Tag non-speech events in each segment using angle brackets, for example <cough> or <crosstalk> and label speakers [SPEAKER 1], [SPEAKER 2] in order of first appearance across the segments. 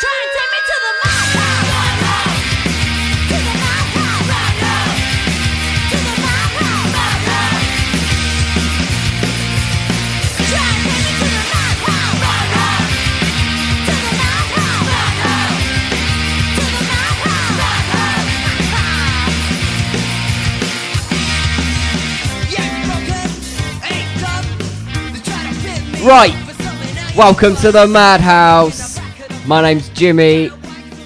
[SPEAKER 1] Trying to take me to the madhouse, to the madhouse, to the madhouse. Trying to take me to the madhouse, to the madhouse, to the madhouse.
[SPEAKER 2] Right. Welcome to the Madhouse. My name's Jimmy,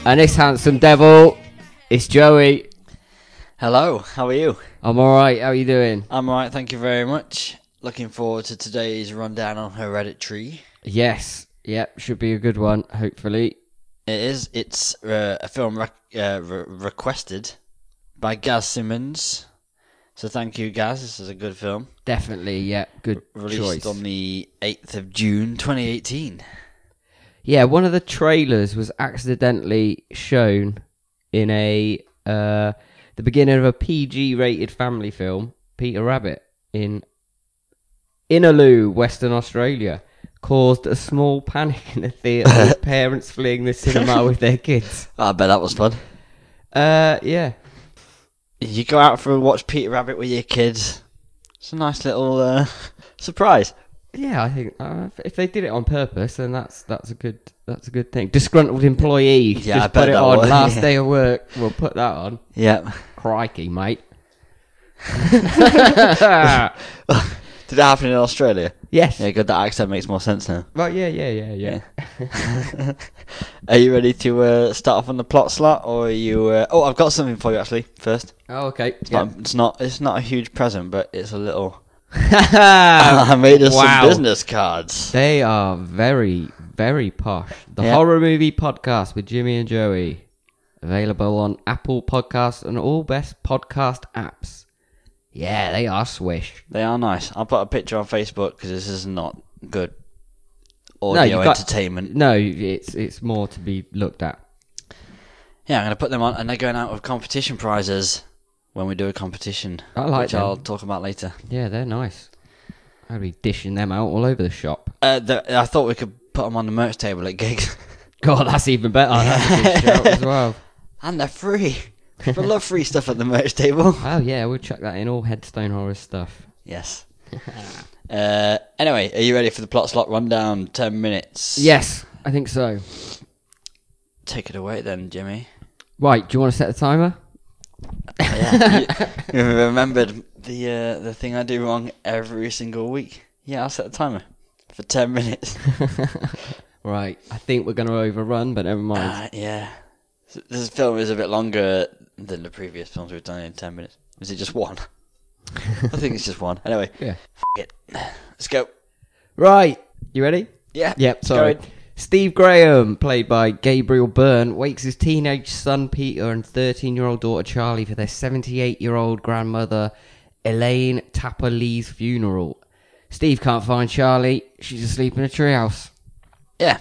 [SPEAKER 2] and this handsome devil is Joey.
[SPEAKER 3] Hello, how are you?
[SPEAKER 2] I'm alright, how are you doing?
[SPEAKER 3] I'm alright, thank you very much. Looking forward to today's rundown on Hereditary.
[SPEAKER 2] Yes, yep, should be a good one, hopefully.
[SPEAKER 3] It is, it's uh, a film rec- uh, re- requested by Gaz Simmons. So thank you, Gaz, this is a good film.
[SPEAKER 2] Definitely, yeah, good
[SPEAKER 3] Released
[SPEAKER 2] choice.
[SPEAKER 3] on the 8th of June 2018.
[SPEAKER 2] yeah, one of the trailers was accidentally shown in a uh the beginning of a PG rated family film, Peter Rabbit, in Inaloo, Western Australia, caused a small <laughs> panic in the theatre
[SPEAKER 3] <laughs>
[SPEAKER 2] with parents fleeing the cinema with their kids.
[SPEAKER 3] Ah, I bet that was fun.
[SPEAKER 2] Uh yeah.
[SPEAKER 3] You go out for a watch Peter Rabbit with your kids. It's a nice little uh, <laughs> surprise.
[SPEAKER 2] Yeah, I think uh, if- if they did it on purpose, then that's that's a good that's a good thing. Disgruntled employee,
[SPEAKER 3] Yeah, I
[SPEAKER 2] just
[SPEAKER 3] bet
[SPEAKER 2] put it
[SPEAKER 3] that
[SPEAKER 2] on.
[SPEAKER 3] was-
[SPEAKER 2] Last
[SPEAKER 3] <laughs> yeah.
[SPEAKER 2] day of work, we'll put that on.
[SPEAKER 3] Yep.
[SPEAKER 2] Crikey, mate.
[SPEAKER 3] Did it happen in Australia?
[SPEAKER 2] Yes.
[SPEAKER 3] Yeah, good, that accent makes more sense now.
[SPEAKER 2] Well, yeah, yeah, yeah, yeah.
[SPEAKER 3] Are you ready to uh, start off on the plot slot, or are you? Uh... Oh, I've got something for you actually. First,
[SPEAKER 2] Oh, okay.
[SPEAKER 3] it's, not, it's not it's not a huge present, but it's
[SPEAKER 2] <laughs>
[SPEAKER 3] a little. <laughs> I
[SPEAKER 2] Yeah.
[SPEAKER 3] made us
[SPEAKER 2] Wow.
[SPEAKER 3] some business cards.
[SPEAKER 2] they are very, very posh. The
[SPEAKER 3] Yeah.
[SPEAKER 2] Horror Movie Podcast with Jimmy and Joey. Available on Apple Podcasts and all best podcast apps. Yeah, they are swish.
[SPEAKER 3] They are nice. I'll put a picture on Facebook because this is not good
[SPEAKER 2] No,
[SPEAKER 3] audio
[SPEAKER 2] you've got-
[SPEAKER 3] entertainment.
[SPEAKER 2] No, it's it's more to be looked at.
[SPEAKER 3] Yeah, I'm gonna put them on, and they're going out with competition prizes when we do a competition,
[SPEAKER 2] I like
[SPEAKER 3] which
[SPEAKER 2] them.
[SPEAKER 3] I'll talk about later.
[SPEAKER 2] Yeah, they're nice. I'll be dishing them out all over the shop.
[SPEAKER 3] Uh, the, I thought we could put them on the merch table at gigs, <laughs>
[SPEAKER 2] God, that's even better. <laughs> That's a good shout as well.
[SPEAKER 3] and
[SPEAKER 2] <laughs>
[SPEAKER 3] they're free. I love free stuff at the merch table.
[SPEAKER 2] Oh yeah, we'll chuck that in all Headstone Horror stuff. <laughs>
[SPEAKER 3] Yes. uh, anyway, are you ready for the plot slot rundown? Ten minutes.
[SPEAKER 2] Yes, I think so.
[SPEAKER 3] Take it away then,
[SPEAKER 2] <laughs>
[SPEAKER 3] Jimmy.
[SPEAKER 2] Right, do you want to set the timer?
[SPEAKER 3] Yeah. you, you remembered the uh, the thing I do wrong every single week. Yeah, I'll set the timer for ten
[SPEAKER 2] <laughs>
[SPEAKER 3] minutes.
[SPEAKER 2] Right, I think we're going to overrun, but never mind.
[SPEAKER 3] uh, yeah. So This film is a bit longer than the previous films we've done in ten minutes. Is it
[SPEAKER 2] <laughs>
[SPEAKER 3] just one? I think it's just one. Anyway,
[SPEAKER 2] yeah.
[SPEAKER 3] f- it. Let's go.
[SPEAKER 2] Right, you ready?
[SPEAKER 3] Yeah.
[SPEAKER 2] Yep,
[SPEAKER 3] let's
[SPEAKER 2] sorry.
[SPEAKER 3] go.
[SPEAKER 2] Steve Graham, played by Gabriel Byrne, wakes his teenage son Peter and 13 year old daughter Charlie for their 78 year old grandmother Elaine Tapper Lee's funeral. Steve can't find Charlie, she's asleep in a treehouse.
[SPEAKER 3] Yeah.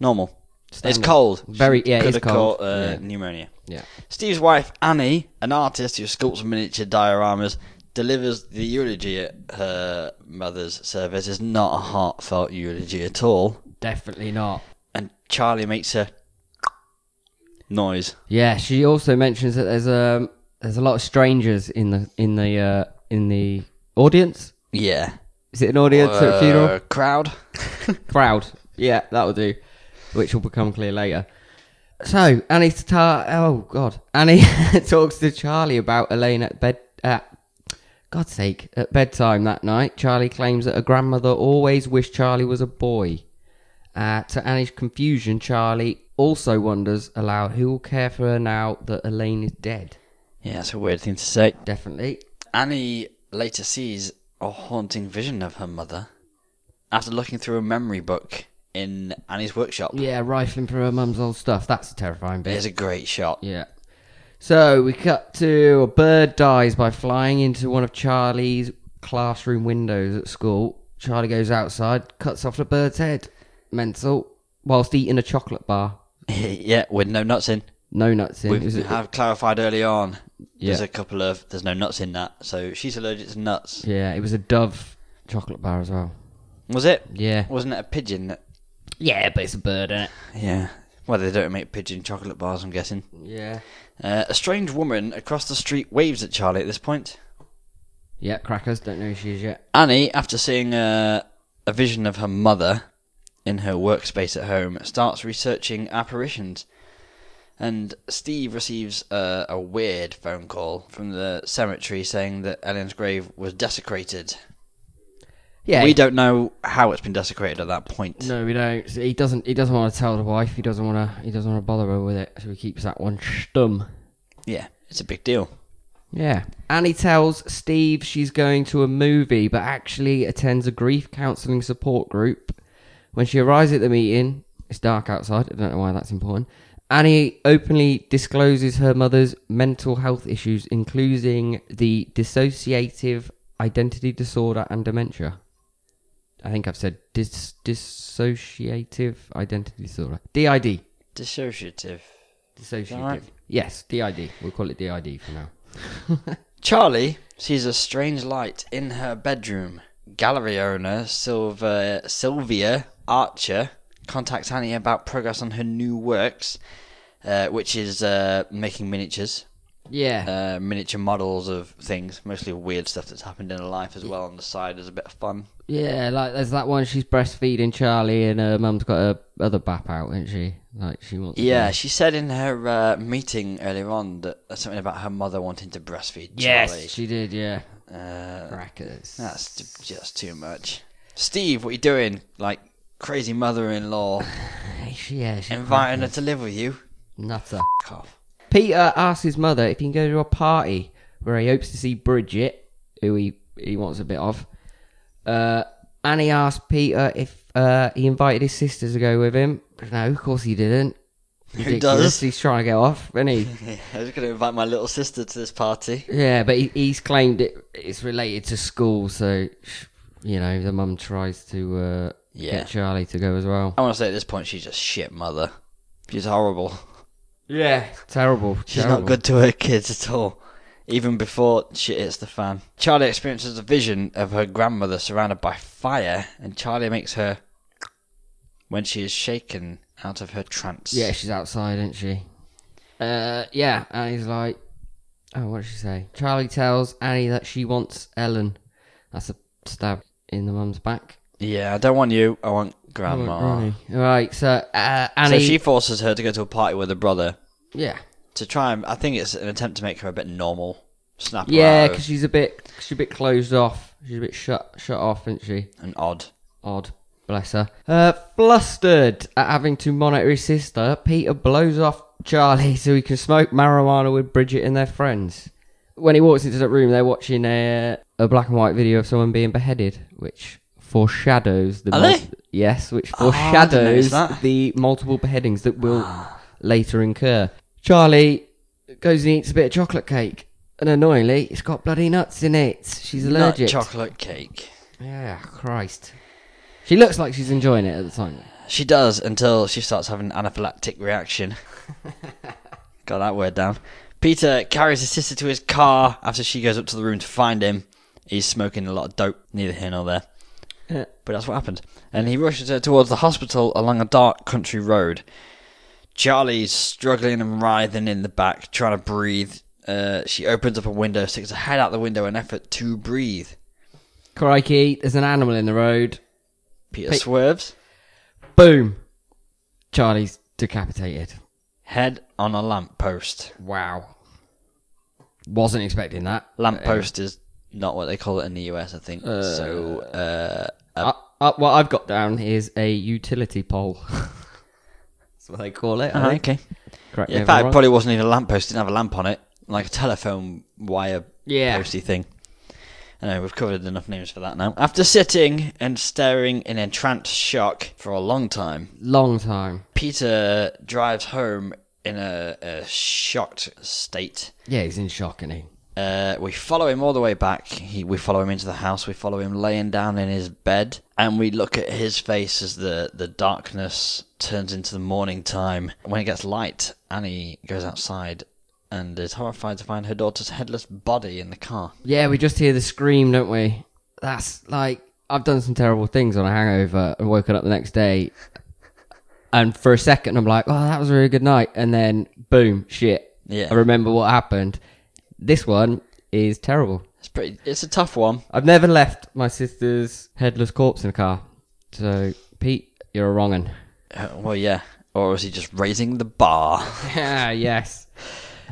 [SPEAKER 3] Normal.
[SPEAKER 2] Standard.
[SPEAKER 3] It's cold.
[SPEAKER 2] Very- yeah, it
[SPEAKER 3] Could
[SPEAKER 2] is
[SPEAKER 3] have
[SPEAKER 2] cold.
[SPEAKER 3] caught uh,
[SPEAKER 2] Yeah.
[SPEAKER 3] pneumonia.
[SPEAKER 2] Yeah.
[SPEAKER 3] Steve's wife, Annie, an artist who sculpts miniature dioramas, delivers the eulogy at her mother's service. It's not a heartfelt eulogy at all.
[SPEAKER 2] Definitely not.
[SPEAKER 3] And Charlie makes a noise.
[SPEAKER 2] Yeah, she also mentions that there's um there's a lot of strangers in the in the uh, in the audience.
[SPEAKER 3] Yeah.
[SPEAKER 2] Is it an audience at a funeral?
[SPEAKER 3] Uh, crowd. <laughs>
[SPEAKER 2] crowd. Yeah, that'll do. Which will become clear later. So Annie Tatar, oh god, Annie <laughs> talks to Charlie about Elaine at bed. At God's sake, at bedtime that night, Charlie claims that her grandmother always wished Charlie was a boy. Uh, to Annie's confusion, Charlie also wonders aloud who will care for her now that Elaine is dead.
[SPEAKER 3] yeah, that's a weird thing to say.
[SPEAKER 2] Definitely.
[SPEAKER 3] Annie later sees a haunting vision of her mother after looking through a memory book in Annie's workshop.
[SPEAKER 2] Yeah, rifling through her mum's old stuff. That's a terrifying bit.
[SPEAKER 3] It's a great shot.
[SPEAKER 2] Yeah. So we cut to a bird dies by flying into one of Charlie's classroom windows at school. Charlie goes outside, cuts off the bird's head. Mental. Whilst eating a chocolate bar.
[SPEAKER 3] <laughs> yeah, with no nuts in.
[SPEAKER 2] No nuts in.
[SPEAKER 3] We
[SPEAKER 2] Is it-
[SPEAKER 3] have clarified early on. There's
[SPEAKER 2] Yeah.
[SPEAKER 3] a couple of there's no nuts in that, so she's allergic to nuts.
[SPEAKER 2] yeah, it was a Dove chocolate bar as well.
[SPEAKER 3] Was it?
[SPEAKER 2] Yeah.
[SPEAKER 3] Wasn't it a pigeon? That,
[SPEAKER 2] Yeah, but it's a bird, is it?
[SPEAKER 3] yeah. Well, they don't make pigeon chocolate bars, I'm guessing.
[SPEAKER 2] Yeah.
[SPEAKER 3] Uh, a strange woman across the street waves at Charlie at this point.
[SPEAKER 2] Yeah, crackers. Don't know who she is yet.
[SPEAKER 3] Annie, after seeing a, a vision of her mother in her workspace at home, starts researching apparitions. And Steve receives uh, a, a weird phone call from the cemetery saying that Ellen's grave was desecrated.
[SPEAKER 2] Yeah.
[SPEAKER 3] We don't know how it's been desecrated at that point.
[SPEAKER 2] No, we don't. He doesn't. He doesn't want to tell the wife. He doesn't want to. He doesn't want to bother her with it. So he keeps that one stum.
[SPEAKER 3] Yeah, it's a big deal.
[SPEAKER 2] Yeah. Annie tells Steve she's going to a movie, but actually attends a grief counselling support group. When she arrives at the meeting, it's dark outside. I don't know why that's important. Annie openly discloses her mother's mental health issues, including the dissociative identity disorder and dementia. I think I've said dis- dissociative identity disorder. DID.
[SPEAKER 3] Dissociative.
[SPEAKER 2] Dissociative.
[SPEAKER 3] Alright.
[SPEAKER 2] Yes, DID. We'll call it DID for now.
[SPEAKER 3] Charlie sees a strange light in her bedroom. Gallery owner Silva, Sylvia Archer contacts Annie about progress on her new works, uh, which is uh, making miniatures,
[SPEAKER 2] Yeah.
[SPEAKER 3] uh, miniature models of things, mostly weird stuff that's happened in her life as well on the side as a bit of fun.
[SPEAKER 2] Yeah, like there's that one she's breastfeeding Charlie, and her mum's got her other bap out, isn't she? Like she wants. to-
[SPEAKER 3] Yeah, she said in her uh, meeting earlier on that something about her mother wanting to breastfeed Charlie.
[SPEAKER 2] Yes, she did. Yeah.
[SPEAKER 3] Uh,
[SPEAKER 2] Crackers.
[SPEAKER 3] That's t- just too much. Steve, what you doing? Like crazy <laughs> mother-in-law
[SPEAKER 2] She, yeah. She
[SPEAKER 3] inviting her to live with you?
[SPEAKER 2] nutter.
[SPEAKER 3] F- Off.
[SPEAKER 2] Peter asks his mother if he can go to a party where he hopes to see Bridget, who he he wants a bit of. Uh, and he asked Peter if uh, he invited his sisters to go with him. No, of course he didn't.
[SPEAKER 3] <laughs> Who
[SPEAKER 2] Ridiculous,
[SPEAKER 3] does?
[SPEAKER 2] He's trying to get off, isn't
[SPEAKER 3] <laughs>
[SPEAKER 2] he?
[SPEAKER 3] <laughs> I was going to invite my little sister to this party.
[SPEAKER 2] Yeah, but he, he's claimed it, it's related to school, so you know the mum tries to uh,
[SPEAKER 3] Yeah.
[SPEAKER 2] get Charlie to go as well.
[SPEAKER 3] I want to say at this point she's just shit mother. She's horrible.
[SPEAKER 2] Yeah, terrible.
[SPEAKER 3] She's
[SPEAKER 2] terrible.
[SPEAKER 3] not good to her kids at all. Even before shit hits the fan, Charlie experiences a vision of her grandmother surrounded by fire, and Charlie makes her when she is shaken out of her trance.
[SPEAKER 2] Yeah, she's outside, isn't she? Uh, yeah, and he's like, oh, what did she say? Charlie tells Annie that she wants Ellen. That's a stab in the mum's back.
[SPEAKER 3] yeah. I don't want you. I want grandma.
[SPEAKER 2] Right, so uh, Annie.
[SPEAKER 3] So she forces her to go to a party with her brother
[SPEAKER 2] yeah.
[SPEAKER 3] to try and. I think it's an attempt to make her a bit normal. Snap her
[SPEAKER 2] Yeah,
[SPEAKER 3] out of
[SPEAKER 2] because she's a bit, she's a bit closed off. She's a bit shut, shut off, isn't she?
[SPEAKER 3] an odd.
[SPEAKER 2] Odd. Bless her. Uh, flustered at having to monitor his sister, Peter blows off Charlie <laughs> so he can smoke marijuana with Bridget and their friends. When he walks into that room, they're watching a, a black and white video of someone being beheaded, which foreshadows the.
[SPEAKER 3] Are they?
[SPEAKER 2] Yes, which
[SPEAKER 3] Oh, I didn't notice
[SPEAKER 2] foreshadows
[SPEAKER 3] that. Ah.
[SPEAKER 2] the multiple beheadings that will later incur. Charlie goes and eats a bit of chocolate cake, and annoyingly, it's got bloody nuts in it. She's allergic.
[SPEAKER 3] Nut chocolate cake.
[SPEAKER 2] Yeah, Christ. She looks like she's enjoying it at the time.
[SPEAKER 3] She does until she starts having an anaphylactic reaction. Got that word down. Peter carries his sister to his car after she goes up to the room to find him. He's smoking a lot of dope, neither here nor there.
[SPEAKER 2] Yeah.
[SPEAKER 3] But that's what happened. And he rushes her towards the hospital along a dark country road. Charlie's struggling and writhing in the back, trying to breathe. Uh, she opens up a window, sticks her head out the window in effort to breathe.
[SPEAKER 2] Crikey, there's an animal in the road.
[SPEAKER 3] Peter
[SPEAKER 2] Pe-
[SPEAKER 3] swerves,
[SPEAKER 2] Boom. Charlie's decapitated.
[SPEAKER 3] head on a lamppost.
[SPEAKER 2] Wow. Wasn't expecting that.
[SPEAKER 3] Lamppost is not what they call it in the US, I think. so, uh,
[SPEAKER 2] Uh, uh, what I've got down is a utility pole. <laughs> That's what they call it. I think.
[SPEAKER 3] okay.
[SPEAKER 2] Correct me
[SPEAKER 3] uh, Yeah, in
[SPEAKER 2] if
[SPEAKER 3] fact,
[SPEAKER 2] I'm
[SPEAKER 3] it
[SPEAKER 2] wrong.
[SPEAKER 3] probably wasn't even a lamppost. Didn't have a lamp on it, like a telephone wire
[SPEAKER 2] Yeah.
[SPEAKER 3] posty thing. I know we've covered enough names for that now. After sitting and staring in entranced shock for a long time,
[SPEAKER 2] Long time.
[SPEAKER 3] Peter drives home in a, a shocked state.
[SPEAKER 2] Yeah, he's in shock, isn't he?
[SPEAKER 3] Uh, we follow him all the way back. He, we follow him into the house. We follow him laying down in his bed, and we look at his face as the the darkness turns into the morning time. When it gets light, Annie goes outside and is horrified to find her daughter's headless body in the car.
[SPEAKER 2] Yeah, we just hear the scream, don't we? That's like I've done some terrible things on a hangover and woken up the next day. And for a second, I'm like, "Oh, that was a really good night," and then boom, shit.
[SPEAKER 3] Yeah.
[SPEAKER 2] I remember what happened. This one is terrible.
[SPEAKER 3] It's pretty. It's a tough one.
[SPEAKER 2] I've never left my sister's headless corpse in a car. So, Pete, you're a wrong un.
[SPEAKER 3] Uh, well, yeah. Or was he just raising the bar? <laughs>
[SPEAKER 2] Ah, <laughs> yes.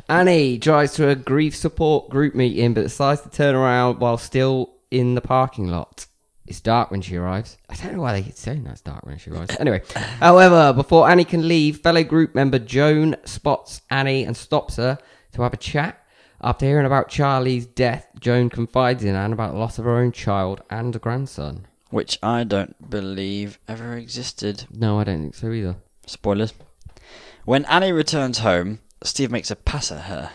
[SPEAKER 2] Annie drives to a grief support group meeting but decides to turn around while still in the parking lot. It's dark when she arrives. I don't know why they keep saying that's dark when she arrives. Anyway, <laughs> however, before Annie can leave, fellow group member Joan spots Annie and stops her to have a chat. After hearing about Charlie's death, Joan confides in Anne about the loss of her own child and a grandson.
[SPEAKER 3] Which I don't believe ever existed.
[SPEAKER 2] No, I don't think so either.
[SPEAKER 3] Spoilers. When Annie returns home, Steve makes a pass at her.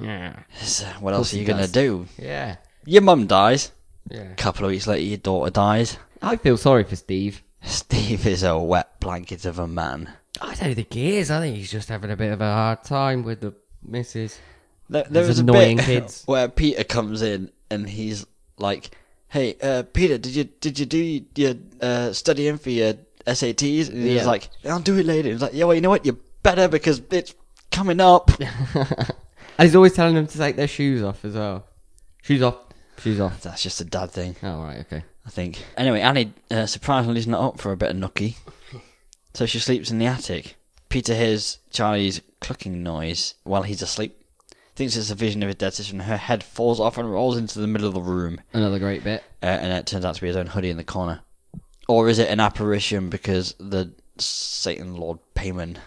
[SPEAKER 2] Yeah.
[SPEAKER 3] So what else are
[SPEAKER 2] he
[SPEAKER 3] you going to
[SPEAKER 2] does.
[SPEAKER 3] do?
[SPEAKER 2] Yeah.
[SPEAKER 3] Your mum dies.
[SPEAKER 2] Yeah.
[SPEAKER 3] A couple of weeks later, your daughter dies. <laughs>
[SPEAKER 2] I feel sorry for Steve.
[SPEAKER 3] Steve is a wet blanket of a man.
[SPEAKER 2] I don't think he is. I think he's just having a bit of a hard time with the missus.
[SPEAKER 3] There, there
[SPEAKER 2] Those
[SPEAKER 3] was a
[SPEAKER 2] annoying
[SPEAKER 3] bit
[SPEAKER 2] kids.
[SPEAKER 3] <laughs> where Peter comes in and he's like, "Hey, uh, Peter, did you did you do your uh, studying for your SATs?" And he's
[SPEAKER 2] Yeah.
[SPEAKER 3] like, "I'll do it later." He's like, "Yeah, well, you know what? You better because it's
[SPEAKER 2] <laughs>
[SPEAKER 3] coming up."
[SPEAKER 2] <laughs> And he's always telling them to take their shoes off as well. Shoes off. Shoes off.
[SPEAKER 3] That's just a dad thing.
[SPEAKER 2] Oh, right, okay.
[SPEAKER 3] I think. Anyway, Annie uh, surprisingly is not up for a bit of nookie, so she sleeps in the attic. Peter hears Charlie's clucking noise while he's asleep, thinks it's a vision of his dead sister, and her head falls off and rolls into the middle of the room,
[SPEAKER 2] Another great bit.
[SPEAKER 3] uh, and it turns out to be his own hoodie in the corner. Or is it an apparition because the Satan Lord Payman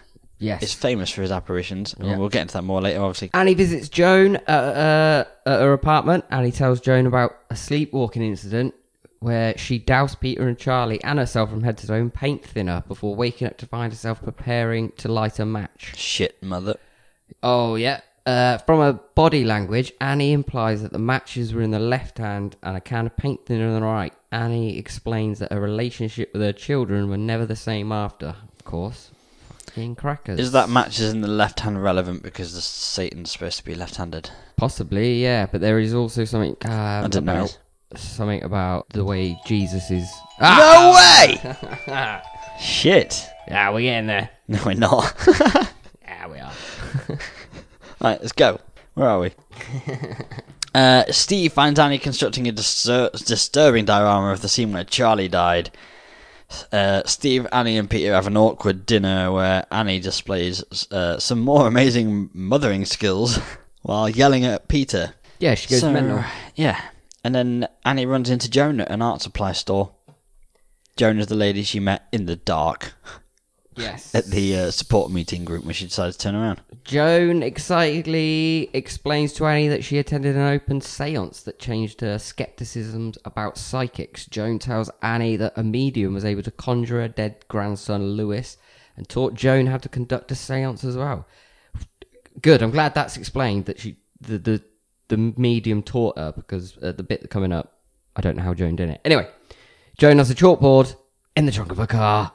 [SPEAKER 2] Yes.
[SPEAKER 3] is famous for his apparitions? and
[SPEAKER 2] Yeah.
[SPEAKER 3] We'll get into that more later, obviously.
[SPEAKER 2] Annie visits Joan at, uh, at her apartment. Annie tells Joan about a sleepwalking incident where she doused Peter and Charlie and herself from head to toe in paint thinner before waking up to find herself preparing to light a match.
[SPEAKER 3] Shit, mother.
[SPEAKER 2] Oh, yeah. Uh, from her body language, Annie implies that the matches were in the left hand and a can of paint thinner in the right. Annie explains that her relationship with her children were never the same after. Of course. Fucking crackers.
[SPEAKER 3] Is that matches in the left hand relevant because the Satan's supposed to be left handed?
[SPEAKER 2] Possibly, yeah, but there is also something. Um, I
[SPEAKER 3] don't know.
[SPEAKER 2] Something about the way Jesus is. Ah!
[SPEAKER 3] No way!
[SPEAKER 2] <laughs>
[SPEAKER 3] Shit.
[SPEAKER 2] Yeah, we're getting there.
[SPEAKER 3] No,
[SPEAKER 2] <laughs>
[SPEAKER 3] we're not.
[SPEAKER 2] Yeah, we are.
[SPEAKER 3] Alright, let's go. Where are
[SPEAKER 2] <laughs>
[SPEAKER 3] we? uh, Steve finds Annie constructing a distur- disturbing diorama of the scene where Charlie died. Uh, Steve, Annie, and Peter have an awkward dinner where Annie displays uh, some more amazing mothering skills <laughs> while yelling at Peter.
[SPEAKER 2] Yeah, she goes
[SPEAKER 3] So, uh,
[SPEAKER 2] mental.
[SPEAKER 3] Yeah. And then Annie runs into Joan at an art supply store. Joan is the lady she met in the dark
[SPEAKER 2] Yes.
[SPEAKER 3] at the uh, support meeting group when she decides to turn around.
[SPEAKER 2] Joan excitedly explains to Annie that she attended an open seance that changed her skepticism about psychics. Joan tells Annie that a medium was able to conjure her dead grandson Lewis and taught Joan how to conduct a seance as well. Good, I'm glad that's explained that she the the, the medium taught her because uh, the bit coming up, I don't know how Joan did it. Anyway, Joan has a chalkboard in the trunk of her car.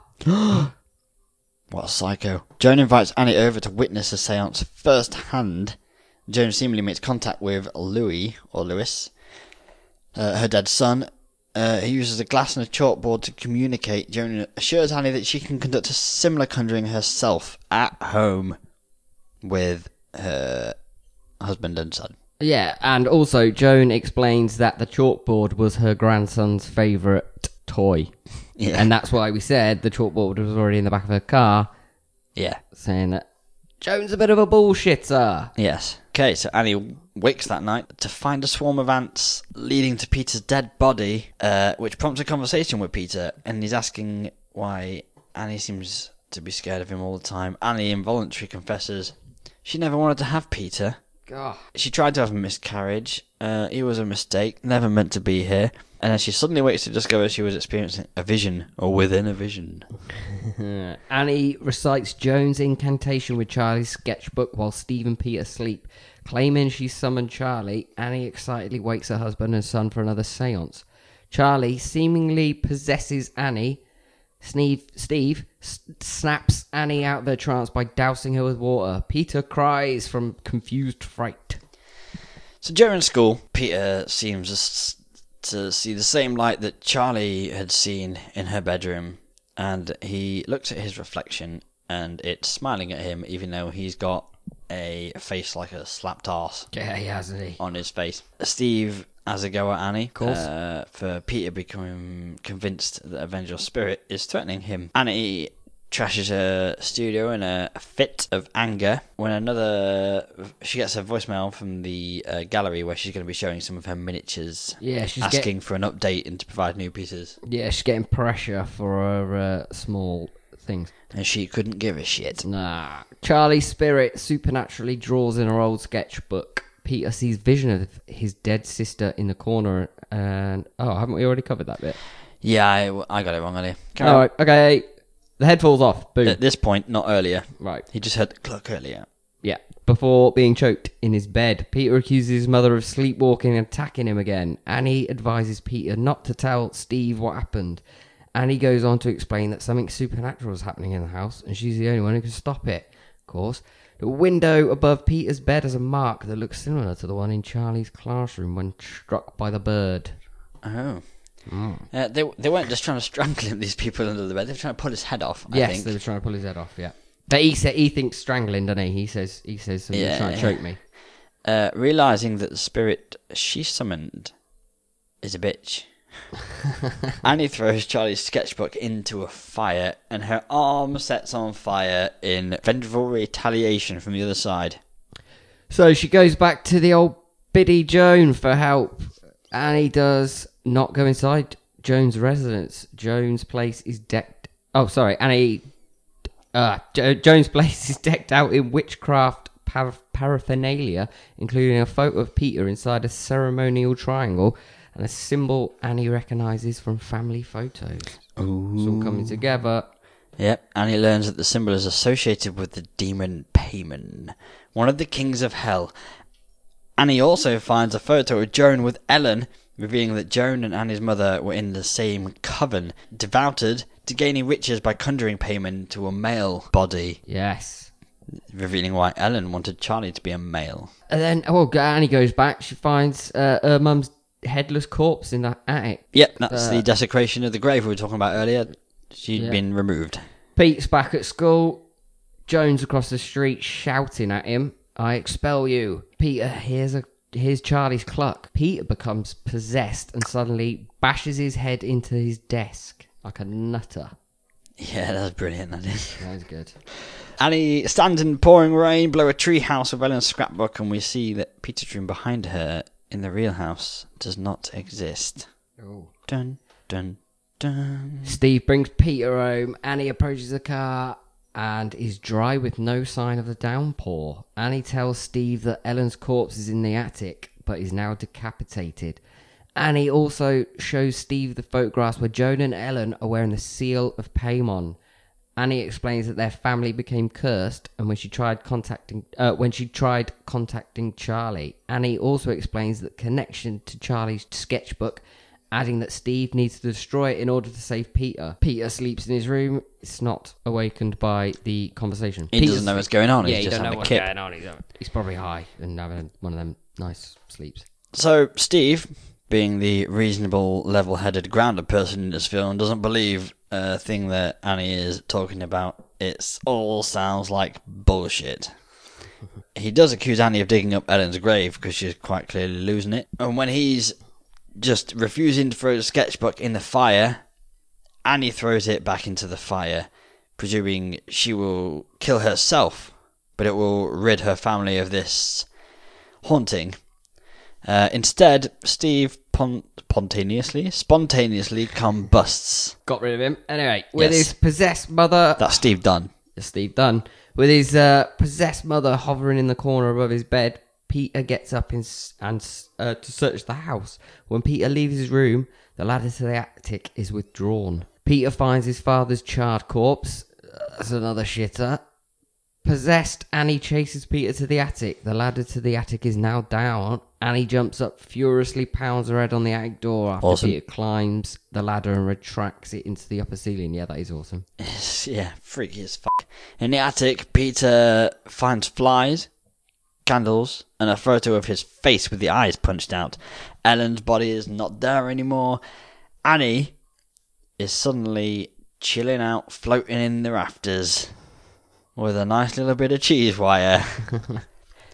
[SPEAKER 3] What a psycho. Joan invites Annie over to witness the seance firsthand. Joan seemingly makes contact with Louis, or Lewis, uh, her dead son. Uh, he uses a glass and a chalkboard to communicate. Joan assures Annie that she can conduct a similar conjuring herself at home with her husband and son.
[SPEAKER 2] Yeah, and also Joan explains that the chalkboard was her grandson's favourite toy.
[SPEAKER 3] Yeah.
[SPEAKER 2] And that's why we said the chalkboard was already in the back of her car,
[SPEAKER 3] Yeah.
[SPEAKER 2] saying that Joan's a bit of a bullshitter.
[SPEAKER 3] Yes. Okay, so Annie wakes that night to find a swarm of ants leading to Peter's dead body, uh, which prompts a conversation with Peter, and he's asking why Annie seems to be scared of him all the time. Annie involuntarily confesses she never wanted to have Peter.
[SPEAKER 2] God.
[SPEAKER 3] She tried to have a miscarriage. Uh, it was a mistake, never meant to be here. and as she suddenly wakes to discover she was experiencing a vision or within a vision.
[SPEAKER 2] Uh, Annie recites Joan's incantation with Charlie's sketchbook while Steve and Pete are asleep. Claiming she summoned Charlie, Annie excitedly wakes her husband and son for another seance. Charlie seemingly possesses Annie. Sneeve, Steve s- snaps Annie out of their trance by dousing her with water. Peter cries from confused fright.
[SPEAKER 3] So during school, Peter seems s- to see the same light that Charlie had seen in her bedroom, and he looks at his reflection and it's smiling at him, even though he's got a face like a slapped arse
[SPEAKER 2] Yeah, he has, not he?
[SPEAKER 3] on his face. Steve has a go at Annie, of
[SPEAKER 2] course.
[SPEAKER 3] uh, for Peter becoming convinced that a vengeful spirit is threatening him. Annie trashes her studio in a fit of anger when another she gets a voicemail from the uh, gallery where she's going to be showing some of her miniatures.
[SPEAKER 2] Yeah, she's
[SPEAKER 3] asking
[SPEAKER 2] getting-
[SPEAKER 3] for an update and to provide new pieces,
[SPEAKER 2] Yeah, she's getting pressure for her uh, small things.
[SPEAKER 3] and she couldn't give a shit.
[SPEAKER 2] Nah. Charlie's spirit supernaturally draws in her old sketchbook. Peter sees vision of his dead sister in the corner, and oh, haven't we already covered that bit?
[SPEAKER 3] Yeah, I, I got it wrong earlier. Carry
[SPEAKER 2] All
[SPEAKER 3] on.
[SPEAKER 2] right, okay. The head falls off. Boom.
[SPEAKER 3] At this point, not earlier.
[SPEAKER 2] right.
[SPEAKER 3] He just heard the clock earlier.
[SPEAKER 2] Yeah. Before being choked in his bed, Peter accuses his mother of sleepwalking and attacking him again. Annie advises Peter not to tell Steve what happened. Annie goes on to explain that something supernatural is happening in the house and she's the only one who can stop it. Of course, the window above Peter's bed has a mark that looks similar to the one in Charlie's classroom when struck by the bird.
[SPEAKER 3] Oh.
[SPEAKER 2] Mm.
[SPEAKER 3] Uh, they they weren't just trying to strangle him. These people under the bed. They were trying to pull his head off. I
[SPEAKER 2] yes,
[SPEAKER 3] think.
[SPEAKER 2] they were trying to pull his head off. Yeah, but he said he thinks strangling, doesn't he? He says he says somebody's
[SPEAKER 3] Yeah.
[SPEAKER 2] trying to choke me.
[SPEAKER 3] Uh, realizing that the spirit she summoned is a bitch,
[SPEAKER 2] <laughs>
[SPEAKER 3] Annie throws Charlie's sketchbook into a fire, and her arm sets on fire in vengeful retaliation from the other side.
[SPEAKER 2] So she goes back to the old Biddy Joan for help. Annie does not go inside Joan's residence. Joan's place is decked. Oh, sorry, Annie. Uh, jo- Joan's <laughs> place is decked out in witchcraft par- paraphernalia, including a photo of Peter inside a ceremonial triangle and a symbol Annie recognises from family photos. It's all coming together.
[SPEAKER 3] Yep, Annie learns that the symbol is associated with the demon Payman, one of the kings of hell. Annie also finds a photo of Joan with Ellen, revealing that Joan and Annie's mother were in the same coven, devoted to gaining riches by conjuring Payman to a male body,
[SPEAKER 2] Yes.
[SPEAKER 3] revealing why Ellen wanted Charlie to be a male.
[SPEAKER 2] And then, oh, Annie goes back. She finds uh, her mum's headless corpse in the attic.
[SPEAKER 3] Yep, that's the desecration of the grave we were talking about earlier. she had
[SPEAKER 2] Yeah.
[SPEAKER 3] been removed. <laughs>
[SPEAKER 2] Pete's back at school. Jones across the street shouting at him, I expel you. Peter hears a hears Charlie's clock. Peter becomes possessed and suddenly bashes his head into his desk like a nutter.
[SPEAKER 3] Yeah, that's brilliant, that is.
[SPEAKER 2] That was good.
[SPEAKER 3] Annie stands in pouring rain below a tree house with Ellen's scrapbook, and we see that Peter's room behind her in the real house does not exist. Dun dun dun.
[SPEAKER 2] Steve brings Peter home. Annie approaches the car and is dry with no sign of the downpour. Annie tells Steve that Ellen's corpse is in the attic, but is now decapitated. Annie also shows Steve the photographs where Joan and Ellen are wearing the seal of Paimon. Annie explains that their family became cursed, and when she tried contacting, uh, when she tried contacting Charlie, Annie also explains the connection to Charlie's sketchbook, adding that Steve needs to destroy it in order to save Peter. Peter sleeps in his room; it's not awakened by the conversation.
[SPEAKER 3] He doesn't know what's going on.
[SPEAKER 2] Yeah,
[SPEAKER 3] he's
[SPEAKER 2] he
[SPEAKER 3] just
[SPEAKER 2] don't
[SPEAKER 3] having
[SPEAKER 2] know
[SPEAKER 3] a
[SPEAKER 2] what's
[SPEAKER 3] kip.
[SPEAKER 2] going on. He's, he's probably high and having one of them nice sleeps.
[SPEAKER 3] So Steve, being the reasonable, level-headed, grounded person in this film, doesn't believe a thing that Annie is talking about. It's all sounds like bullshit. He does accuse Annie of digging up Ellen's grave because she's quite clearly losing it. And when he's just refusing to throw the sketchbook in the fire, Annie throws it back into the fire, presuming she will kill herself, but it will rid her family of this haunting. Uh, instead, Steve pon- spontaneously, spontaneously combusts.
[SPEAKER 2] Got rid of him anyway. With
[SPEAKER 3] Yes.
[SPEAKER 2] his possessed mother,
[SPEAKER 3] That's Steve done.
[SPEAKER 2] Steve Dunn. With his uh, possessed mother hovering in the corner above his bed, Peter gets up in, s- and s- uh, to search the house. When Peter leaves his room, The ladder to the attic is withdrawn. Peter finds his father's charred corpse. That's another shitter. Possessed, Annie chases Peter to the attic. The ladder to the attic is now down. Annie jumps up, furiously pounds her head on the attic door after
[SPEAKER 3] Awesome.
[SPEAKER 2] Peter climbs the ladder and retracts it into the upper ceiling. Yeah, that is awesome.
[SPEAKER 3] yeah, freaky as fuck. In the attic, Peter finds flies, candles, and a photo of his face with the eyes punched out. Ellen's body is not there anymore. Annie is suddenly chilling out, floating in the rafters with a nice little bit of cheese wire,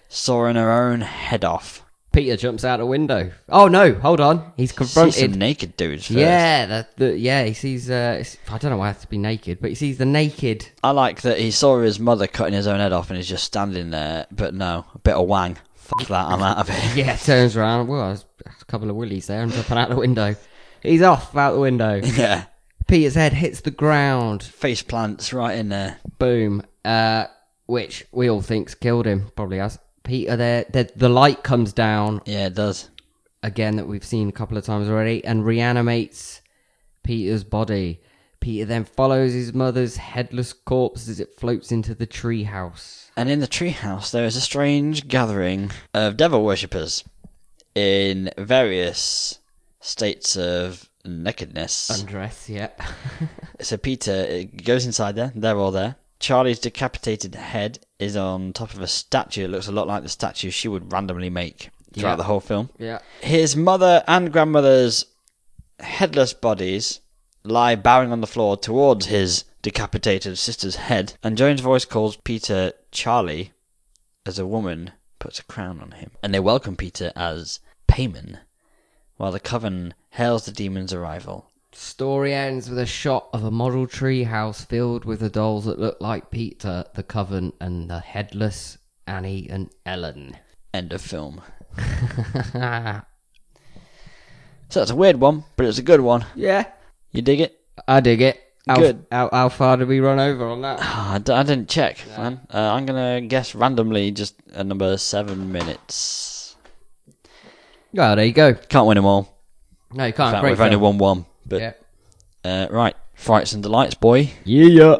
[SPEAKER 3] sawing her own head off.
[SPEAKER 2] Peter jumps out a window. Oh no, hold on. He's
[SPEAKER 3] See some
[SPEAKER 2] confronted.
[SPEAKER 3] naked dudes first.
[SPEAKER 2] Yeah, the, the, yeah, he sees. Uh, it's- I don't know why I have to be naked, but he sees the naked.
[SPEAKER 3] I like that he saw his mother cutting his own head off and he's just standing there, but no, a bit of wang. Fuck that, I'm out of it.
[SPEAKER 2] Yeah, <laughs> turns around. Well, there's a couple of willies there and jumping out the window. He's off out the window.
[SPEAKER 3] <laughs> yeah.
[SPEAKER 2] Peter's head hits the ground.
[SPEAKER 3] Face plants right in there.
[SPEAKER 2] Boom. Uh, which we all think's killed him. Probably has. Peter, there, the, the light comes down
[SPEAKER 3] Yeah, it does.
[SPEAKER 2] again that we've seen a couple of times already and reanimates Peter's body. Peter then follows his mother's headless corpse as it floats into the treehouse.
[SPEAKER 3] And in the treehouse, there is a strange gathering of devil worshippers in various states of nakedness.
[SPEAKER 2] Undress, yeah. <laughs>
[SPEAKER 3] so Peter uh, goes inside there. They're all there. Charlie's decapitated head is on top of a statue. It looks a lot like the statue she would randomly make throughout
[SPEAKER 2] Yeah.
[SPEAKER 3] the whole film.
[SPEAKER 2] yeah.
[SPEAKER 3] His mother and grandmother's headless bodies lie bowing on the floor towards his decapitated sister's head, and Joan's voice calls Peter Charlie as a woman puts a crown on him. And they welcome Peter as Payman, while the coven hails the demon's arrival.
[SPEAKER 2] Story ends with a shot of a model treehouse filled with the dolls that look like Peter, the Coven, and the headless Annie and Ellen. <laughs>
[SPEAKER 3] End of film. So that's a weird one, but it's a good one.
[SPEAKER 2] yeah,
[SPEAKER 3] You dig it?
[SPEAKER 2] I dig it. How,
[SPEAKER 3] Good.
[SPEAKER 2] How, how far did we run over on that?
[SPEAKER 3] Ah, I, d- I didn't check, man. Uh, I'm gonna guess randomly just a number seven minutes.
[SPEAKER 2] Oh, there you go.
[SPEAKER 3] Can't win them all.
[SPEAKER 2] No, you can't.
[SPEAKER 3] fact,
[SPEAKER 2] Great
[SPEAKER 3] we've only
[SPEAKER 2] film.
[SPEAKER 3] won one. But
[SPEAKER 2] Yeah.
[SPEAKER 3] uh, right, frights and delights, boy.
[SPEAKER 2] yeah.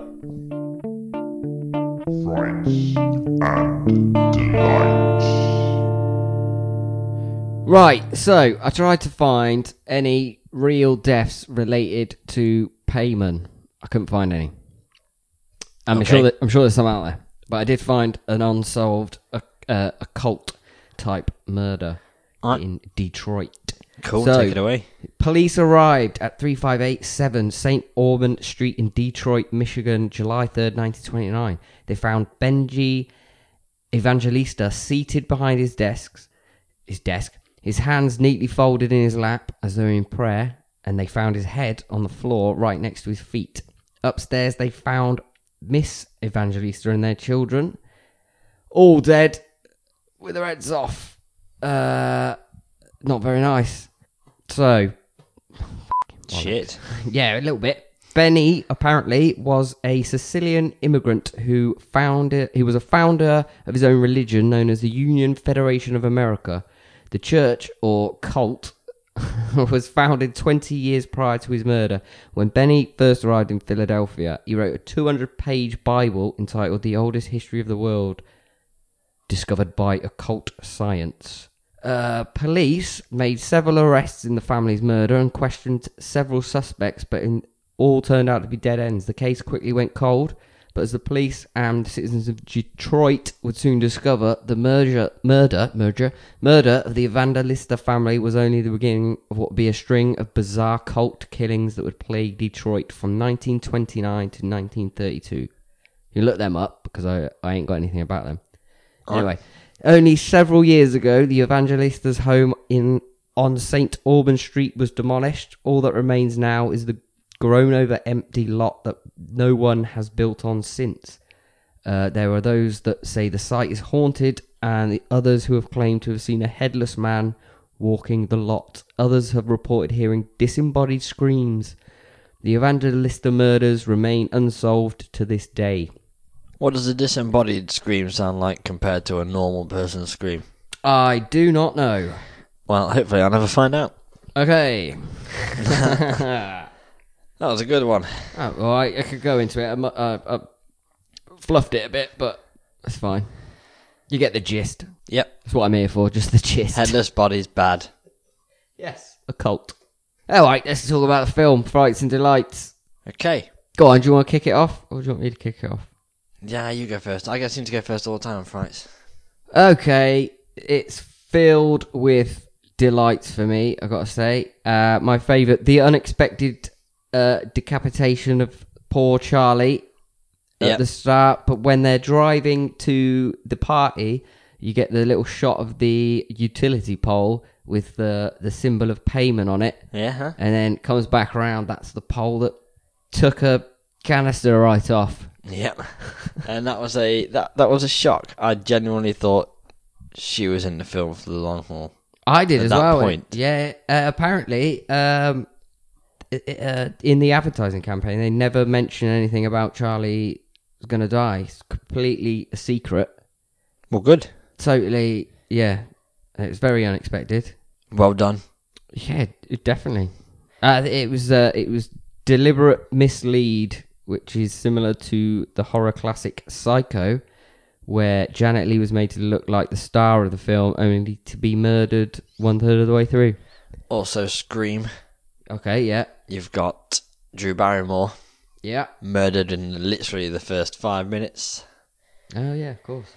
[SPEAKER 2] Right, so I tried to find any real deaths related to payment. I couldn't find any. I'm
[SPEAKER 3] Okay.
[SPEAKER 2] sure that, I'm sure there's some out there, but I did find an unsolved uh, uh, occult type murder
[SPEAKER 3] Alright.
[SPEAKER 2] in Detroit.
[SPEAKER 3] Cool,
[SPEAKER 2] So-
[SPEAKER 3] take it away.
[SPEAKER 2] Police arrived at 3587 St. Auburn Street in Detroit, Michigan, July 3rd, 1929. They found Benji Evangelista seated behind his desks, his desk, his hands neatly folded in his lap as though in prayer, and they found his head on the floor right next to his feet. Upstairs, they found Miss Evangelista and their children, all dead with their heads off. Uh, not very nice. So,
[SPEAKER 3] Shit.
[SPEAKER 2] <laughs> yeah, a little bit. Benny apparently was a Sicilian immigrant who founded. He was a founder of his own religion known as the Union Federation of America. The church or cult <laughs> was founded 20 years prior to his murder. When Benny first arrived in Philadelphia, he wrote a 200-page Bible entitled "The Oldest History of the World," discovered by occult science. Uh, police made several arrests in the family's murder and questioned several suspects, but in, all turned out to be dead ends. The case quickly went cold, but as the police and citizens of Detroit would soon discover, the merger, murder, merger, murder of the Evangelista family was only the beginning of what would be a string of bizarre cult killings that would plague Detroit from 1929 to 1932. You look them up because I, I ain't got anything about them. Anyway, only several years ago, the Evangelista's home in on St. Auburn Street was demolished. All that remains now is the grown over empty lot that no one has built on since. Uh, there are those that say the site is haunted, and the others who have claimed to have seen a headless man walking the lot. Others have reported hearing disembodied screams. The Evangelista murders remain unsolved to this day.
[SPEAKER 3] What does a disembodied scream sound like compared to a normal person's scream?
[SPEAKER 2] I do not know.
[SPEAKER 3] Well, hopefully I'll never find out.
[SPEAKER 2] Okay.
[SPEAKER 3] That was a good one.
[SPEAKER 2] Oh, well, I, I could go into it. I, mu- uh, I fluffed it a bit, but that's fine. You get the gist.
[SPEAKER 3] Yep.
[SPEAKER 2] That's what I'm here for, just the gist.
[SPEAKER 3] Headless bodies bad.
[SPEAKER 2] Yes. A cult. All right, let's talk about the film, Frights and Delights.
[SPEAKER 3] Okay.
[SPEAKER 2] Go on, do you want to kick it off, or do you want me to kick it off?
[SPEAKER 3] Yeah, you go first. I seem to go first all the time on frights.
[SPEAKER 2] Okay, it's filled with delights for me. I gotta say, uh, my favourite, the unexpected uh, decapitation of poor Charlie at
[SPEAKER 3] Yep.
[SPEAKER 2] the start. But when they're driving to the party, you get the little shot of the utility pole with the the symbol of payment on it,
[SPEAKER 3] Yeah, huh?
[SPEAKER 2] and then comes back around. That's the pole that took a canister right off.
[SPEAKER 3] Yep. <laughs> and that was a that that was a shock. I genuinely thought she was in the film for the long haul.
[SPEAKER 2] I did
[SPEAKER 3] at
[SPEAKER 2] as
[SPEAKER 3] that
[SPEAKER 2] well.
[SPEAKER 3] point.
[SPEAKER 2] Yeah, uh, apparently, um, i- i- uh, in the advertising campaign, they never mention anything about Charlie's gonna die. It's completely a secret.
[SPEAKER 3] Well, good.
[SPEAKER 2] Totally, yeah. It was very unexpected.
[SPEAKER 3] Well done.
[SPEAKER 2] Yeah, it- definitely. Uh, it was uh, it was deliberate mislead, which is similar to the horror classic Psycho, where Janet Lee was made to look like the star of the film, only to be murdered one third of the way through.
[SPEAKER 3] Also, Scream.
[SPEAKER 2] Okay, yeah.
[SPEAKER 3] You've got Drew Barrymore
[SPEAKER 2] Yeah.
[SPEAKER 3] murdered in literally the first five minutes.
[SPEAKER 2] Oh yeah, of course.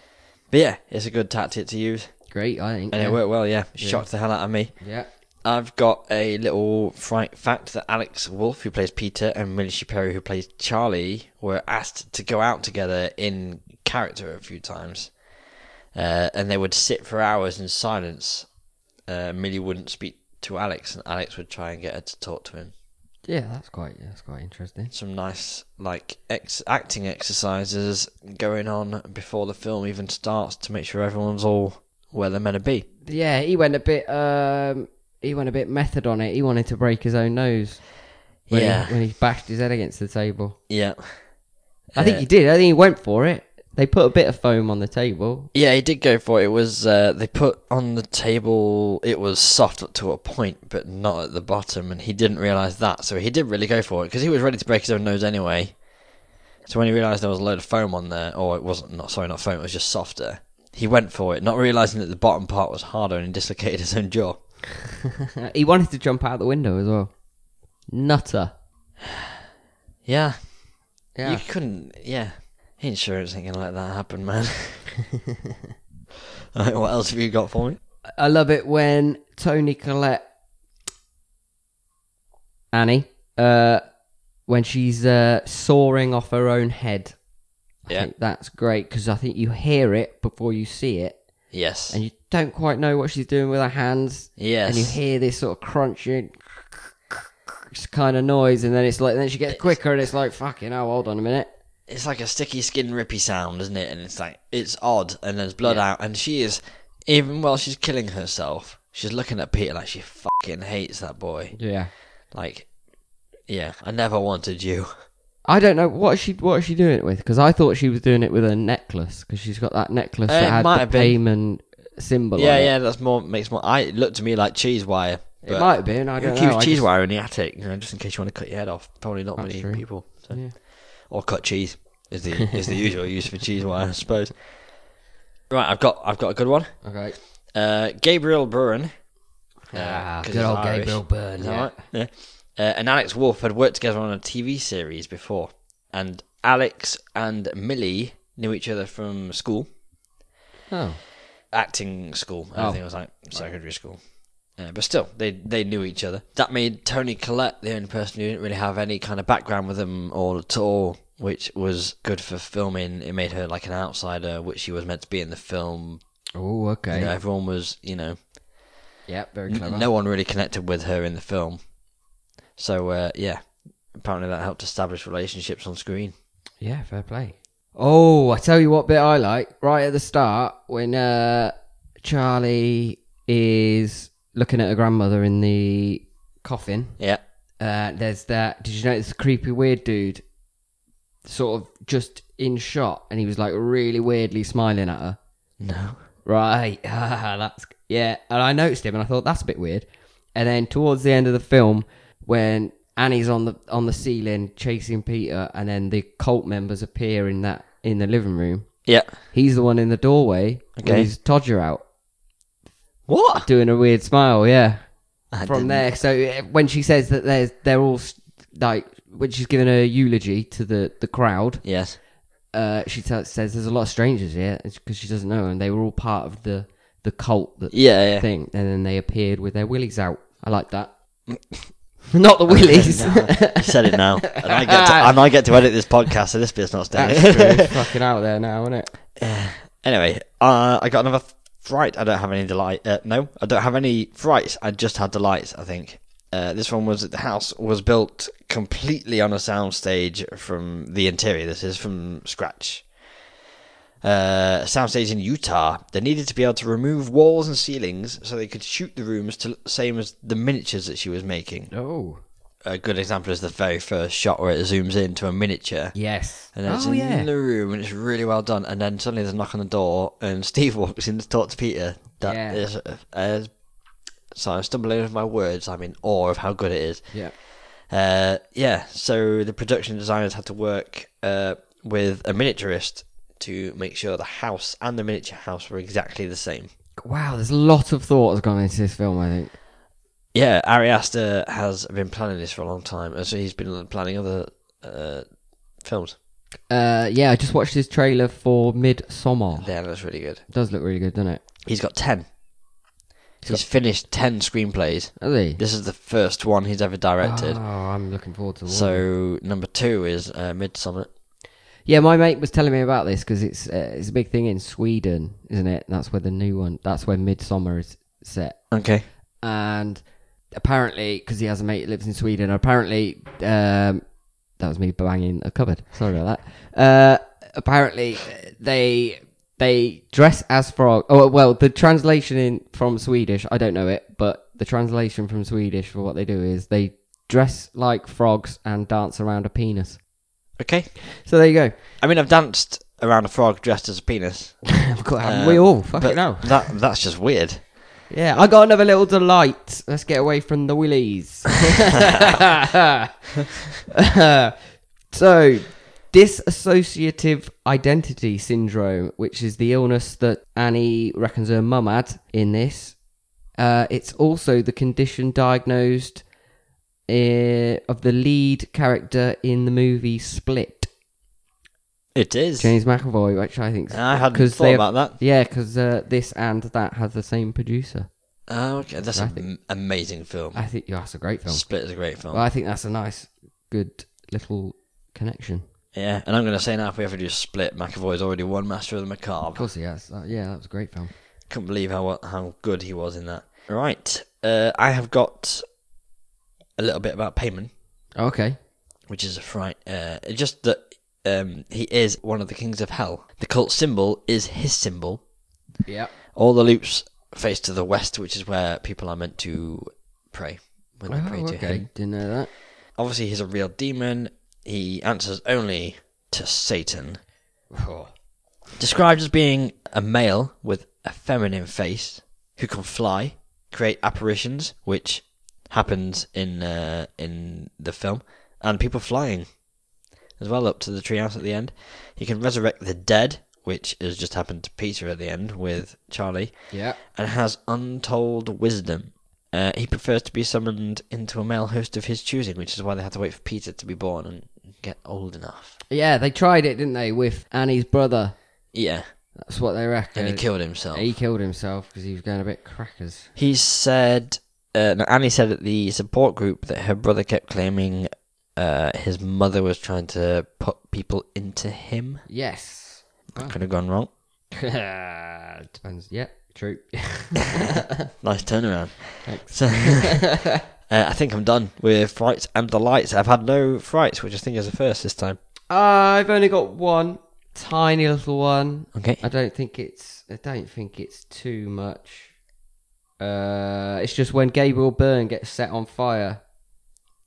[SPEAKER 3] But yeah, it's a good tactic to use,
[SPEAKER 2] Great, I think.
[SPEAKER 3] and
[SPEAKER 2] yeah.
[SPEAKER 3] it worked well. Yeah, shocked the hell out of me.
[SPEAKER 2] Yeah.
[SPEAKER 3] I've got a little fright fact that Alex Wolf, who plays Peter, and Millie Shapiro, who plays Charlie, were asked to go out together in character a few times. Uh, and they would sit for hours in silence. Uh, Millie wouldn't speak to Alex, and Alex would try and get her to talk to him.
[SPEAKER 2] Yeah, that's quite that's quite interesting.
[SPEAKER 3] Some nice, like, ex- acting exercises going on before the film even starts to make sure everyone's all where they're meant to be.
[SPEAKER 2] Yeah, he went a bit um he went a bit method on it. He wanted to break his own nose. When
[SPEAKER 3] Yeah.
[SPEAKER 2] He, when he bashed his head against the table.
[SPEAKER 3] Yeah.
[SPEAKER 2] I think he did. I think he went for it. They put a bit of foam on the table. <laughs>
[SPEAKER 3] Yeah, he did go for it. It was uh, they put on the table. It was soft up to a point, but not at the bottom, and he didn't realize that. So he did really go for it because he was ready to break his own nose anyway. So when he realized there was a load of foam on there, or it wasn't not sorry, not foam, it was just softer. He went for it, not realizing that the bottom part was harder, and he dislocated his own jaw.
[SPEAKER 2] he wanted to jump out the window as well. Nutter.
[SPEAKER 3] Yeah,
[SPEAKER 2] Yeah.
[SPEAKER 3] you couldn't. Yeah, insurance ain't gonna let that happen, <laughs> man. All right, what else have you got for me?
[SPEAKER 2] I love it when Tony Collette, Annie, uh, when she's uh, soaring off her own head. I
[SPEAKER 3] Yeah.
[SPEAKER 2] think that's great because I think you hear it before you see it,
[SPEAKER 3] Yes.
[SPEAKER 2] and you don't quite know what she's doing with her hands.
[SPEAKER 3] yes.
[SPEAKER 2] And you hear this sort of crunching kind of noise, and then it's like, then she gets quicker, and it's like, fucking hell, hold on a minute.
[SPEAKER 3] it's like a sticky skin rippy sound, isn't it? And it's like it's odd, and there's blood out, and she is even while she's killing herself, she's looking at Peter like she fucking hates that boy.
[SPEAKER 2] Yeah.
[SPEAKER 3] Like, yeah, I never wanted you.
[SPEAKER 2] I don't know what is she what is she doing it with because I thought she was doing it with a necklace because she's got that necklace
[SPEAKER 3] Uh, it
[SPEAKER 2] that had
[SPEAKER 3] might
[SPEAKER 2] the
[SPEAKER 3] have been.
[SPEAKER 2] payment symbol.
[SPEAKER 3] yeah,
[SPEAKER 2] on it.
[SPEAKER 3] yeah, that's more makes more. I it looked to me like cheese wire.
[SPEAKER 2] It
[SPEAKER 3] But
[SPEAKER 2] might have been. I
[SPEAKER 3] you
[SPEAKER 2] don't
[SPEAKER 3] keep
[SPEAKER 2] know. I
[SPEAKER 3] cheese
[SPEAKER 2] just-
[SPEAKER 3] wire in the attic, you know, just in case you want to cut your head off. Probably not
[SPEAKER 2] That's
[SPEAKER 3] many
[SPEAKER 2] true.
[SPEAKER 3] people. so-
[SPEAKER 2] Yeah.
[SPEAKER 3] Or cut cheese is the
[SPEAKER 2] <laughs>
[SPEAKER 3] is the usual use for cheese wire, I suppose. Right, I've got I've got a good one.
[SPEAKER 2] Okay.
[SPEAKER 3] Uh, Gabriel Byrne. uh,
[SPEAKER 2] Ah,
[SPEAKER 3] 'cause
[SPEAKER 2] good
[SPEAKER 3] he's
[SPEAKER 2] old
[SPEAKER 3] Irish.
[SPEAKER 2] Gabriel Byrne.
[SPEAKER 3] Is that
[SPEAKER 2] Yeah.
[SPEAKER 3] right? Yeah. Uh, and Alex Wolf had worked together on a TV series before, and Alex and Millie knew each other from school,
[SPEAKER 2] Oh,
[SPEAKER 3] acting school. I
[SPEAKER 2] Oh.
[SPEAKER 3] think it was like secondary school. Uh, but still, they they knew each other. That made Tony Collette the only person who didn't really have any kind of background with them all at all, which was good for filming. It made her like an outsider, which she was meant to be in the film.
[SPEAKER 2] oh, okay.
[SPEAKER 3] You know, everyone was, you know,
[SPEAKER 2] Yep, very
[SPEAKER 3] N-
[SPEAKER 2] clever.
[SPEAKER 3] no one really connected with her in the film. So uh, yeah, apparently that helped establish relationships on screen.
[SPEAKER 2] Yeah, fair play. Oh, I tell you what bit I like right at the start when uh, Charlie is looking at her grandmother in the coffin.
[SPEAKER 3] Yeah,
[SPEAKER 2] Uh, there's that. Did you notice the creepy weird dude? Sort of just in shot, and he was like really weirdly smiling at her.
[SPEAKER 3] no,
[SPEAKER 2] <laughs> Right, that's yeah. And I noticed him, and I thought that's a bit weird. And then towards the end of the film, when Annie's on the on the ceiling chasing Peter, and then the cult members appear in that in the living room.
[SPEAKER 3] Yeah.
[SPEAKER 2] He's the one in the doorway.
[SPEAKER 3] Okay.
[SPEAKER 2] Okay. He's Todger out
[SPEAKER 3] What?
[SPEAKER 2] doing a weird smile. Yeah.
[SPEAKER 3] I
[SPEAKER 2] From
[SPEAKER 3] didn't-
[SPEAKER 2] there, so uh, when she says that there's they're all s- like when she's giving her eulogy to the the crowd,
[SPEAKER 3] Yes.
[SPEAKER 2] uh, she t- says there's a lot of strangers here because she doesn't know, and they were all part of the the cult that
[SPEAKER 3] Yeah, yeah.
[SPEAKER 2] thing, and then they appeared with their willies out. I like that. <laughs> Not <laughs> the willies.
[SPEAKER 3] You said it
[SPEAKER 2] <laughs>
[SPEAKER 3] now, and I get to, and I get to edit this podcast, so this bit's not
[SPEAKER 2] That's <laughs>
[SPEAKER 3] staying.
[SPEAKER 2] true. It's fucking out there now, isn't it?
[SPEAKER 3] Anyway, uh, I got another f- fright. I don't have any delight. Uh, no, I don't have any frights. I just had delights. I think uh, this one was the house was built completely on a soundstage from the interior. This is from scratch. Uh, a soundstage in Utah. They needed to be able to remove walls and ceilings so they could shoot the rooms to look the same as the miniatures that she was making.
[SPEAKER 2] Oh
[SPEAKER 3] A good example is the very first shot where it zooms into a miniature.
[SPEAKER 2] yes.
[SPEAKER 3] And then it's
[SPEAKER 2] oh
[SPEAKER 3] in
[SPEAKER 2] yeah.
[SPEAKER 3] the room and it's really well done. And then suddenly there's a knock on the door and Steve <laughs> walks in to talk to Peter. That
[SPEAKER 2] Yeah.
[SPEAKER 3] is, uh, uh, so I'm stumbling over my words. I'm in awe of how good it is.
[SPEAKER 2] yeah.
[SPEAKER 3] Uh, yeah. So the production designers had to work uh, with a miniaturist to make sure the house and the miniature house were exactly the same.
[SPEAKER 2] Wow, there's a lot of thought has gone into this film. I think.
[SPEAKER 3] Yeah, Ari Aster has been planning this for a long time, and so he's been planning other uh, films.
[SPEAKER 2] Uh, yeah, I just watched his trailer for Midsummer.
[SPEAKER 3] Yeah, that's really good.
[SPEAKER 2] Does look really good, doesn't it?
[SPEAKER 3] He's got ten. He's finished ten screenplays.
[SPEAKER 2] Does he?
[SPEAKER 3] This is the first one he's ever directed.
[SPEAKER 2] Oh, I'm looking forward to. So
[SPEAKER 3] so number two is uh, Midsummer.
[SPEAKER 2] yeah, my mate was telling me about this because it's uh, it's a big thing in Sweden, isn't it? That's where the new one. That's where Midsummer is set.
[SPEAKER 3] Okay.
[SPEAKER 2] and apparently because he has a mate that lives in Sweden apparently um, that was me banging a cupboard sorry about that uh, apparently uh, they they dress as frog oh well the translation in from Swedish I don't know it but the translation from Swedish for what they do is they dress like frogs and dance around a penis
[SPEAKER 3] Okay.
[SPEAKER 2] so there you go
[SPEAKER 3] I mean, I've danced around a frog dressed as a penis. Um,
[SPEAKER 2] God, haven't we all fuck
[SPEAKER 3] Uh, but
[SPEAKER 2] it now
[SPEAKER 3] That that's just weird.
[SPEAKER 2] Oh, yeah I got another little delight let's get away from the willies <laughs> so, disassociative identity syndrome, which is the illness that Annie reckons her mum had in this, uh, it's also the condition diagnosed uh, of the lead character in the movie Split,
[SPEAKER 3] It is.
[SPEAKER 2] James McAvoy, which I think
[SPEAKER 3] I hadn't thought about that.
[SPEAKER 2] Yeah, because uh, this and that has the same producer.
[SPEAKER 3] Oh, okay. That's an amazing film.
[SPEAKER 2] I think yeah, that's a great film.
[SPEAKER 3] Split is a great film.
[SPEAKER 2] Well, I think that's a nice, good little connection.
[SPEAKER 3] yeah, and I'm going to say now, if we ever do Split, McAvoy's already won Master of the
[SPEAKER 2] Of
[SPEAKER 3] Macabre.
[SPEAKER 2] course he has. Uh, yeah, that was a great film.
[SPEAKER 3] Couldn't believe how how good he was in that. Right. Uh, I have got a little bit about Payman.
[SPEAKER 2] Okay.
[SPEAKER 3] which is a fright. Uh, just that um, he is one of the kings of hell. The cult symbol is his symbol.
[SPEAKER 2] Yeah.
[SPEAKER 3] All the loops face to the west, which is where people are meant to pray when they pray to
[SPEAKER 2] Oh, okay.
[SPEAKER 3] him.
[SPEAKER 2] Didn't know that.
[SPEAKER 3] Obviously, he's a real demon. He answers only to Satan. Oh. Described as being a male with a feminine face who can fly, create apparitions, which happens in uh, in the film, and people flying as well up to the treehouse at the end. He can resurrect the dead, which has just happened to Peter at the end with Charlie,
[SPEAKER 2] Yeah.
[SPEAKER 3] and has untold wisdom. Uh, he prefers to be summoned into a male host of his choosing, which is why they had to wait for Peter to be born and get old enough.
[SPEAKER 2] Yeah, they tried it, didn't they, with Annie's brother?
[SPEAKER 3] Yeah,
[SPEAKER 2] That's what they reckon.
[SPEAKER 3] and he killed himself.
[SPEAKER 2] He killed himself because he was going a bit crackers.
[SPEAKER 3] He said, uh, no, Annie said at the support group that her brother kept claiming uh, his mother was trying to put people into him.
[SPEAKER 2] Yes. <laughs>
[SPEAKER 3] That could have gone wrong.
[SPEAKER 2] Depends. Yeah. True. <laughs>
[SPEAKER 3] Nice turnaround. So, <laughs> uh, I think I'm done with frights and delights. I've had no frights, which I think is a first this time.
[SPEAKER 2] Uh, I've only got one tiny little one.
[SPEAKER 3] Okay.
[SPEAKER 2] I don't think it's. I don't think it's too much. Uh, it's just when Gabriel Byrne gets set on fire,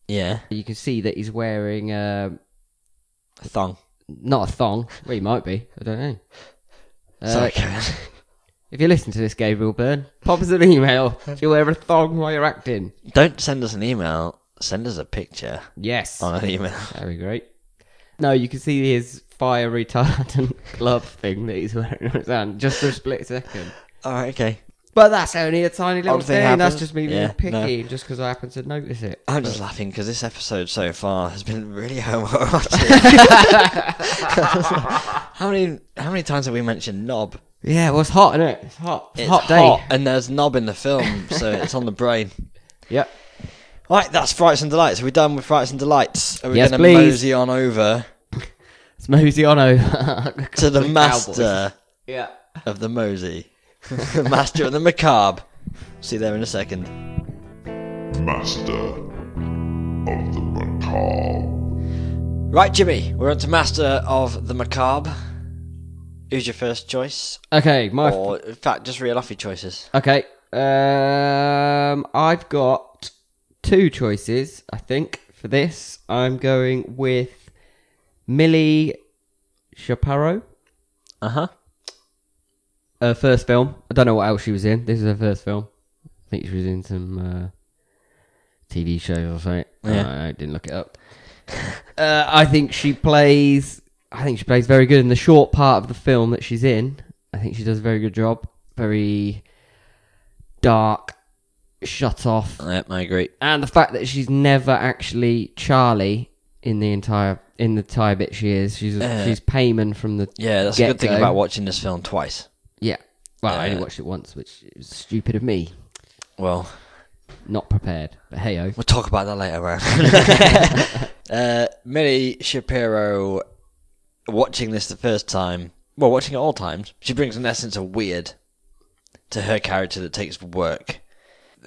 [SPEAKER 3] Yeah.
[SPEAKER 2] you can see that he's wearing um,
[SPEAKER 3] A thong.
[SPEAKER 2] not a thong. Well, he might be. I don't know. Uh,
[SPEAKER 3] Sorry, Kevin.
[SPEAKER 2] If you listen to this, Gabriel Byrne, pop us an email. Do you wear a thong while you're acting?
[SPEAKER 3] <laughs> Don't send us an email. Send us a picture
[SPEAKER 2] Yes.
[SPEAKER 3] on an email.
[SPEAKER 2] That'd be great. No, you can see his fire <laughs> retardant glove thing that he's wearing on his hand just for a split second.
[SPEAKER 3] <laughs> All right, okay.
[SPEAKER 2] But that's only a tiny little
[SPEAKER 3] Odd
[SPEAKER 2] thing.
[SPEAKER 3] thing
[SPEAKER 2] That's
[SPEAKER 3] happens.
[SPEAKER 2] just me being
[SPEAKER 3] Yeah,
[SPEAKER 2] picky, just because I happen to notice it.
[SPEAKER 3] I'm just laughing because this episode so far has been
[SPEAKER 2] <laughs>
[SPEAKER 3] really <laughs> homoerotic. how many how many times have we mentioned knob?
[SPEAKER 2] Yeah, well, it's hot, isn't it? It's hot. It's
[SPEAKER 3] It's
[SPEAKER 2] a hot day.
[SPEAKER 3] and there's knob in the film, so it's on the brain.
[SPEAKER 2] Yep.
[SPEAKER 3] Right, that's frights and delights. Are we done with frights and delights? Are we
[SPEAKER 2] Yes,
[SPEAKER 3] going to
[SPEAKER 2] please.
[SPEAKER 3] mosey on over
[SPEAKER 2] It's mosey on <laughs> over
[SPEAKER 3] to the
[SPEAKER 2] Cowboys.
[SPEAKER 3] master
[SPEAKER 2] Yeah.
[SPEAKER 3] of the mosey, <laughs> master of the macabre? See you there in a second.
[SPEAKER 4] Master of the Macabre.
[SPEAKER 3] Right, Jimmy, we're on to Master of the Macabre. Who's your first choice?
[SPEAKER 2] Okay, my f-
[SPEAKER 3] Or, in fact, just reel off your choices.
[SPEAKER 2] okay. Um, I've got two choices. I think for this, I'm going with Millie Shapiro.
[SPEAKER 3] Uh
[SPEAKER 2] Uh-huh.
[SPEAKER 3] huh.
[SPEAKER 2] her first film. I don't know what else she was in. This is her first film. I think she was in some uh, TV shows or something.
[SPEAKER 3] Yeah.
[SPEAKER 2] I didn't look it up. <laughs> uh, I think she plays. I think she plays very good in the short part of the film that she's in. I think she does a very good job. Very dark, shut off,
[SPEAKER 3] Yep, I agree.
[SPEAKER 2] and the fact that she's never actually Charlie in the entire in the entire bit she is. She's
[SPEAKER 3] Uh,
[SPEAKER 2] she's Payman from the
[SPEAKER 3] Yeah, that's a good thing
[SPEAKER 2] Get-go.
[SPEAKER 3] about watching this film twice.
[SPEAKER 2] yeah. Well, I only
[SPEAKER 3] Uh,
[SPEAKER 2] watched it once, which is stupid of me.
[SPEAKER 3] Well,
[SPEAKER 2] Not prepared. But hey, oh.
[SPEAKER 3] we'll talk about that later, man. <laughs> uh, Millie Shapiro, watching this the first time, well, watching it all times, she brings an essence of weird to her character that takes work.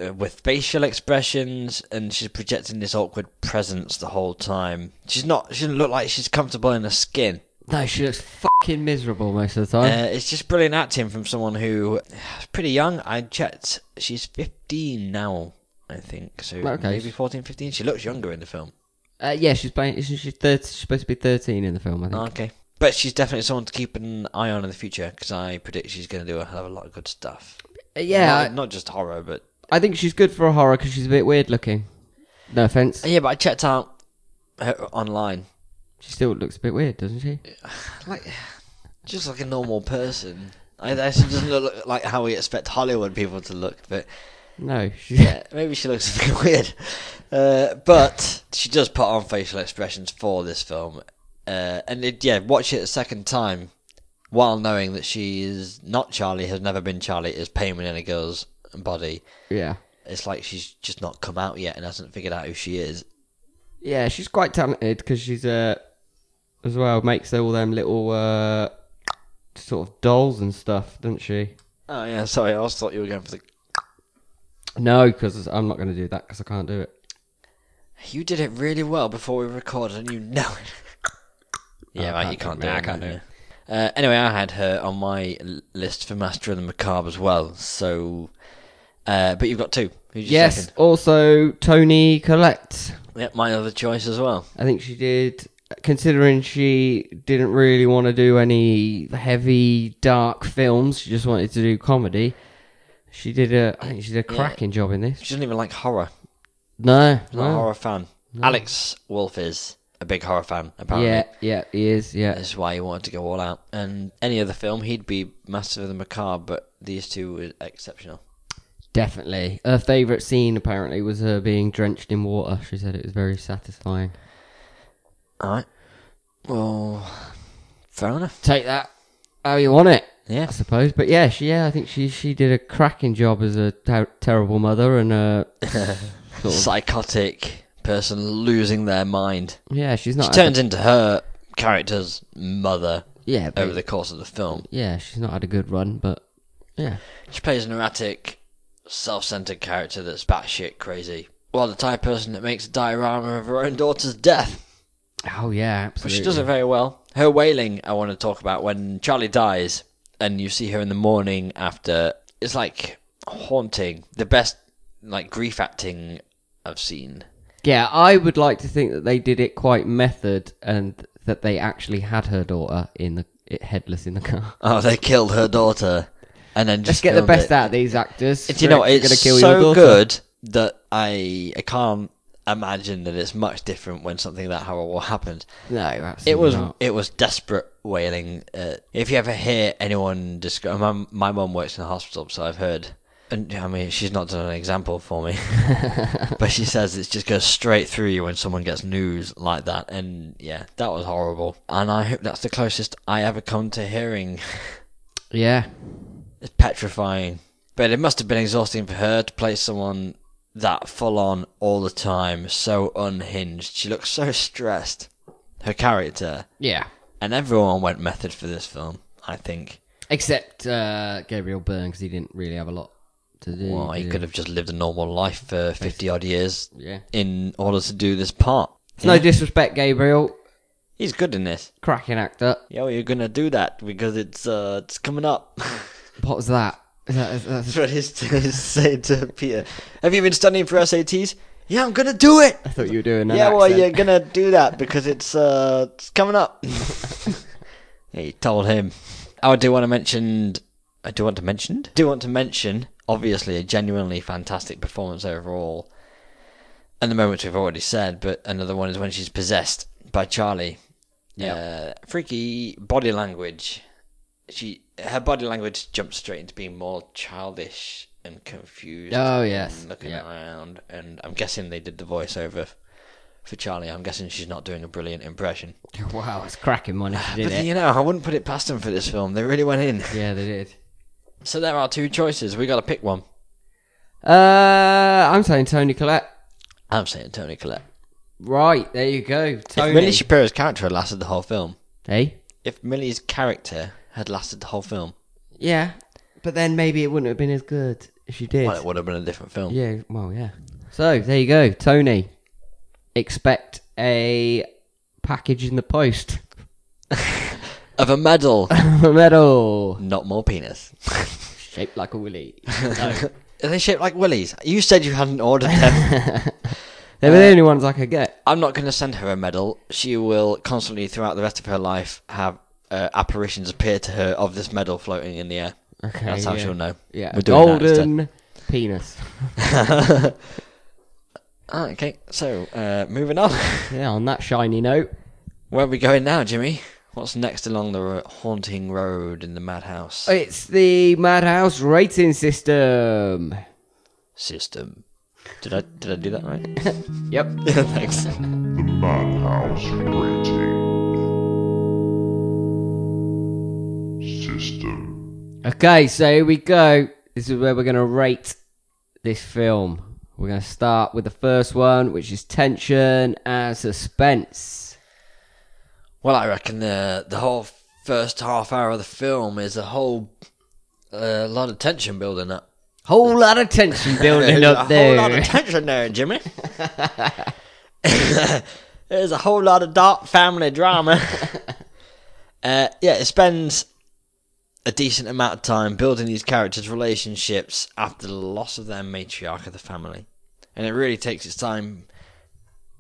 [SPEAKER 3] Uh, With facial expressions, and she's projecting this awkward presence the whole time. She's not. She doesn't look like she's comfortable in her skin.
[SPEAKER 2] No, she looks fucking miserable most of the time.
[SPEAKER 3] Uh, it's just brilliant acting from someone who is pretty young. I checked. She's 15 now, I think. So
[SPEAKER 2] Okay.
[SPEAKER 3] maybe 14, 15. She looks younger in the film.
[SPEAKER 2] Uh, yeah, she's playing. Isn't she 30, She's supposed to be thirteen in the film, I think.
[SPEAKER 3] Ah, Okay. But she's definitely someone to keep an eye on in the future because I predict she's going to do a hell of a lot of good stuff.
[SPEAKER 2] Uh, yeah,
[SPEAKER 3] Not, not just horror, but.
[SPEAKER 2] I, I think she's good for a horror because she's a bit weird looking. No offense.
[SPEAKER 3] Yeah, but I checked out her online.
[SPEAKER 2] She still looks a bit weird, doesn't she?
[SPEAKER 3] Like, just like a normal person. I, I, she doesn't look like how we expect Hollywood people to look, but
[SPEAKER 2] No, she's
[SPEAKER 3] Yeah, maybe she looks <laughs> a bit weird. Uh, but she does put on facial expressions for this film. Uh, and it, yeah, watch it a second time while knowing that she is not Charlie, has never been Charlie, is Payman in a girl's body.
[SPEAKER 2] <laughs> yeah,
[SPEAKER 3] It's like she's just not come out yet and hasn't figured out who she is.
[SPEAKER 2] yeah. She's quite talented because she's uh as well makes all them little uh sort of dolls and stuff, doesn't she?
[SPEAKER 3] Oh, yeah, sorry, I always thought you were going for the.
[SPEAKER 2] No, because I'm not going to do that because I can't do it.
[SPEAKER 3] You did it really well before we recorded, and you
[SPEAKER 2] <laughs>
[SPEAKER 3] know it. yeah,
[SPEAKER 2] I
[SPEAKER 3] right, you
[SPEAKER 2] can't
[SPEAKER 3] can't do
[SPEAKER 2] do it,
[SPEAKER 3] it.
[SPEAKER 2] I can't do it.
[SPEAKER 3] Uh, anyway, I had her on my l- list for Master of the Macabre as well. So, uh, but you've got two. Who's your
[SPEAKER 2] Yes.
[SPEAKER 3] second?
[SPEAKER 2] Also, Tony Collette.
[SPEAKER 3] Yeah, my other choice as well.
[SPEAKER 2] I think she did. Considering she didn't really want to do any heavy, dark films, she just wanted to do comedy. She did a. I think she did a cracking job in this.
[SPEAKER 3] She doesn't even like horror.
[SPEAKER 2] No.
[SPEAKER 3] Not a
[SPEAKER 2] no.
[SPEAKER 3] horror fan. Alex Wolf is a big horror fan, apparently.
[SPEAKER 2] Yeah. Yeah. He is. Yeah.
[SPEAKER 3] That's why he wanted to go all out. And any other film, he'd be Master of the Macabre, but these two were exceptional.
[SPEAKER 2] Definitely. Her favorite scene apparently was her being drenched in water. She said it was very satisfying.
[SPEAKER 3] Alright. Well, fair enough.
[SPEAKER 2] Take that. How you want it?
[SPEAKER 3] Yeah.
[SPEAKER 2] I suppose. But yeah, she yeah, I think she she did a cracking job as a ter- terrible mother and a sort of,
[SPEAKER 3] psychotic person losing their mind.
[SPEAKER 2] yeah, she's not
[SPEAKER 3] She turns into her character's mother
[SPEAKER 2] yeah, but,
[SPEAKER 3] over the course of the film.
[SPEAKER 2] yeah, she's not had a good run, but yeah,
[SPEAKER 3] She plays an erratic, self centered character that's batshit crazy. Well, the type of person that makes a diorama of her own daughter's death.
[SPEAKER 2] oh yeah,
[SPEAKER 3] But
[SPEAKER 2] absolutely.
[SPEAKER 3] she does it very well. Her wailing, I want to talk about when Charlie dies and you see her in the morning after. It's like haunting. The best, like, grief acting I've seen.
[SPEAKER 2] Yeah, I would like to think that they did it quite method and that they actually had her daughter in the it, headless in the car.
[SPEAKER 3] Oh, they killed her daughter. and then
[SPEAKER 2] Let's
[SPEAKER 3] just
[SPEAKER 2] get the
[SPEAKER 3] filmed
[SPEAKER 2] best
[SPEAKER 3] it.
[SPEAKER 2] out of these actors.
[SPEAKER 3] It's, you
[SPEAKER 2] We're
[SPEAKER 3] know,
[SPEAKER 2] actually
[SPEAKER 3] it's
[SPEAKER 2] gonna kill your
[SPEAKER 3] so
[SPEAKER 2] daughter.
[SPEAKER 3] good that I I can't imagine that it's much different when something that horrible happened.
[SPEAKER 2] No, absolutely
[SPEAKER 3] It was
[SPEAKER 2] not.
[SPEAKER 3] it was desperate wailing. Uh, if you ever hear anyone describe, my my mum works in the hospital, so I've heard. And I mean, she's not done an example
[SPEAKER 2] <laughs>
[SPEAKER 3] for me, <laughs> but she says it just goes straight through you when someone gets news like that. And yeah, that was horrible. And I hope that's the closest I ever come to hearing.
[SPEAKER 2] Yeah,
[SPEAKER 3] It's petrifying. But it must have been exhausting for her to play someone that full on all the time, so unhinged. She looked so stressed. Her character.
[SPEAKER 2] yeah.
[SPEAKER 3] And everyone went method for this film, I think.
[SPEAKER 2] Except uh, Gabriel Byrne because he didn't really have a lot to do.
[SPEAKER 3] Well, he
[SPEAKER 2] did
[SPEAKER 3] could have just lived a normal life for 50 odd years
[SPEAKER 2] Yeah.
[SPEAKER 3] in order to do this part.
[SPEAKER 2] It's No disrespect, Gabriel.
[SPEAKER 3] He's good in this.
[SPEAKER 2] Cracking actor.
[SPEAKER 3] Yo, you're gonna do that because it's uh, it's coming up. <laughs>
[SPEAKER 2] What was that? Is that, is that
[SPEAKER 3] That's what he's <laughs> he's saying to Peter. Have you been studying for SATs? Yeah, I'm gonna do it. <laughs>
[SPEAKER 2] I thought you were doing an
[SPEAKER 3] yeah, well,
[SPEAKER 2] accent.
[SPEAKER 3] you're gonna do that because it's uh, it's coming up. <laughs> he told him. Oh, I do want to mention. I do want to mention. Do want to mention. Obviously, a genuinely fantastic performance overall. And the moments we've already said, but another one is when she's possessed by Charlie. Yeah. Uh, freaky body language. She her body language jumps straight into being more childish and confused.
[SPEAKER 2] Oh,
[SPEAKER 3] and
[SPEAKER 2] yes.
[SPEAKER 3] looking
[SPEAKER 2] Yeah.
[SPEAKER 3] around, and I'm guessing they did the voiceover for Charlie. I'm guessing she's not doing a brilliant impression.
[SPEAKER 2] <laughs> Wow, it's cracking one if you
[SPEAKER 3] But
[SPEAKER 2] did it.
[SPEAKER 3] you know, I wouldn't put it past them for this film. They really went in.
[SPEAKER 2] Yeah, they did.
[SPEAKER 3] So there are two choices. We got to pick one.
[SPEAKER 2] Uh, I'm saying Tony Collette.
[SPEAKER 3] I'm saying Tony Collette.
[SPEAKER 2] Right, there you go. Tony.
[SPEAKER 3] If Millie Shapiro's character had lasted the whole film,
[SPEAKER 2] hey?
[SPEAKER 3] if Millie's character had lasted the whole film,
[SPEAKER 2] Yeah. But then maybe it wouldn't have been as good if she did.
[SPEAKER 3] well, it would have been a different film.
[SPEAKER 2] yeah, well, yeah. So, there you go. Tony. Expect a package in the post. <laughs>
[SPEAKER 3] Of a medal,
[SPEAKER 2] A medal.
[SPEAKER 3] not more penis.
[SPEAKER 2] Shaped like a <laughs> willy.
[SPEAKER 3] Are they shaped like willies? You said you hadn't ordered them.
[SPEAKER 2] <laughs> They were the only ones I could get.
[SPEAKER 3] I'm not going to send her a medal. She will constantly, throughout the rest of her life, have uh, apparitions appear to her of this medal floating in the air.
[SPEAKER 2] Okay,
[SPEAKER 3] That's how
[SPEAKER 2] yeah.
[SPEAKER 3] she'll know.
[SPEAKER 2] Yeah.
[SPEAKER 3] We're doing that instead.
[SPEAKER 2] Golden penis.
[SPEAKER 3] Ah, okay. So, uh, moving on. <laughs>
[SPEAKER 2] Yeah, on that shiny note.
[SPEAKER 3] Where are we going now, Jimmy? What's next along the ro- haunting road in the madhouse
[SPEAKER 2] It's the Madhouse rating system.
[SPEAKER 3] system? Did I did I do that right?
[SPEAKER 2] <laughs>
[SPEAKER 3] <laughs>
[SPEAKER 2] Yep.
[SPEAKER 3] Thanks.
[SPEAKER 4] The Madhouse Rating System.
[SPEAKER 2] Okay, so here we go. This is where we're going to rate this film. We're going to start with the first one, which is tension and suspense.
[SPEAKER 3] Well, I reckon the the whole first half hour of the film is a whole uh, lot of tension building up.
[SPEAKER 2] Whole lot of tension <laughs> building
[SPEAKER 3] There's <laughs> a
[SPEAKER 2] up
[SPEAKER 3] whole
[SPEAKER 2] <laughs>
[SPEAKER 3] lot of
[SPEAKER 2] there.
[SPEAKER 3] tension there, Jimmy. <laughs> There's a whole lot of dark
[SPEAKER 2] <laughs>
[SPEAKER 3] family drama. uh, yeah, it spends a decent amount of time building these characters' relationships after the loss of their matriarch of the family, and it really takes its time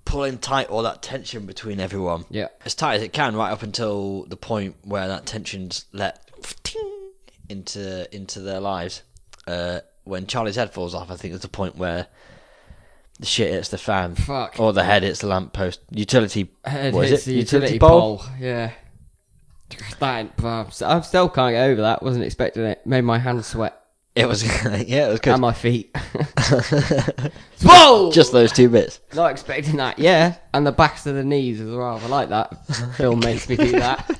[SPEAKER 3] pulling tight all that tension between everyone.
[SPEAKER 2] Yeah.
[SPEAKER 3] as tight as it can, right up until the point where that tension's let ting, into into their lives. Uh, when Charlie's head falls off, I think is the point where the shit hits the fan,
[SPEAKER 2] Fuck.
[SPEAKER 3] or the head hits the lamppost. Utility,
[SPEAKER 2] Head
[SPEAKER 3] what is
[SPEAKER 2] hits
[SPEAKER 3] it?
[SPEAKER 2] the utility pole. Yeah. That, I still can't get over that. Wasn't expecting it. Made my hands sweat
[SPEAKER 3] It was <laughs> yeah, it was
[SPEAKER 2] and
[SPEAKER 3] good.
[SPEAKER 2] my feet. <laughs> Whoa!
[SPEAKER 3] Just those two bits.
[SPEAKER 2] Not expecting that, yeah. And the backs of the knees as well. I like
[SPEAKER 3] <laughs>
[SPEAKER 2] that. Phil makes me do that.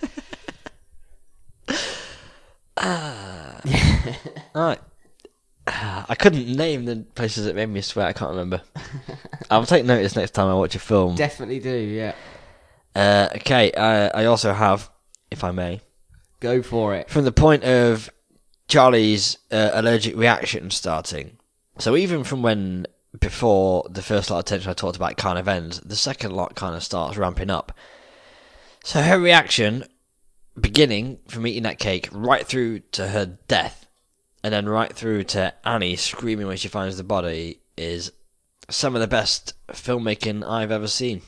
[SPEAKER 3] Right. <sighs> I couldn't name the places that made me sweat. I
[SPEAKER 2] <laughs>
[SPEAKER 3] can't remember. I'll take notice next time I watch a film.
[SPEAKER 2] Definitely do, yeah.
[SPEAKER 3] Uh, okay, I, I also have, if I may,
[SPEAKER 2] Go for it.
[SPEAKER 3] from the point of Charlie's uh, allergic reaction starting. So even from when before the first lot of tension I talked about kind of ends, the second lot kind of starts ramping up. So her reaction, beginning from eating that cake, right through to her death, and then right through to Annie screaming when she finds the body, is some of the best filmmaking I've ever seen.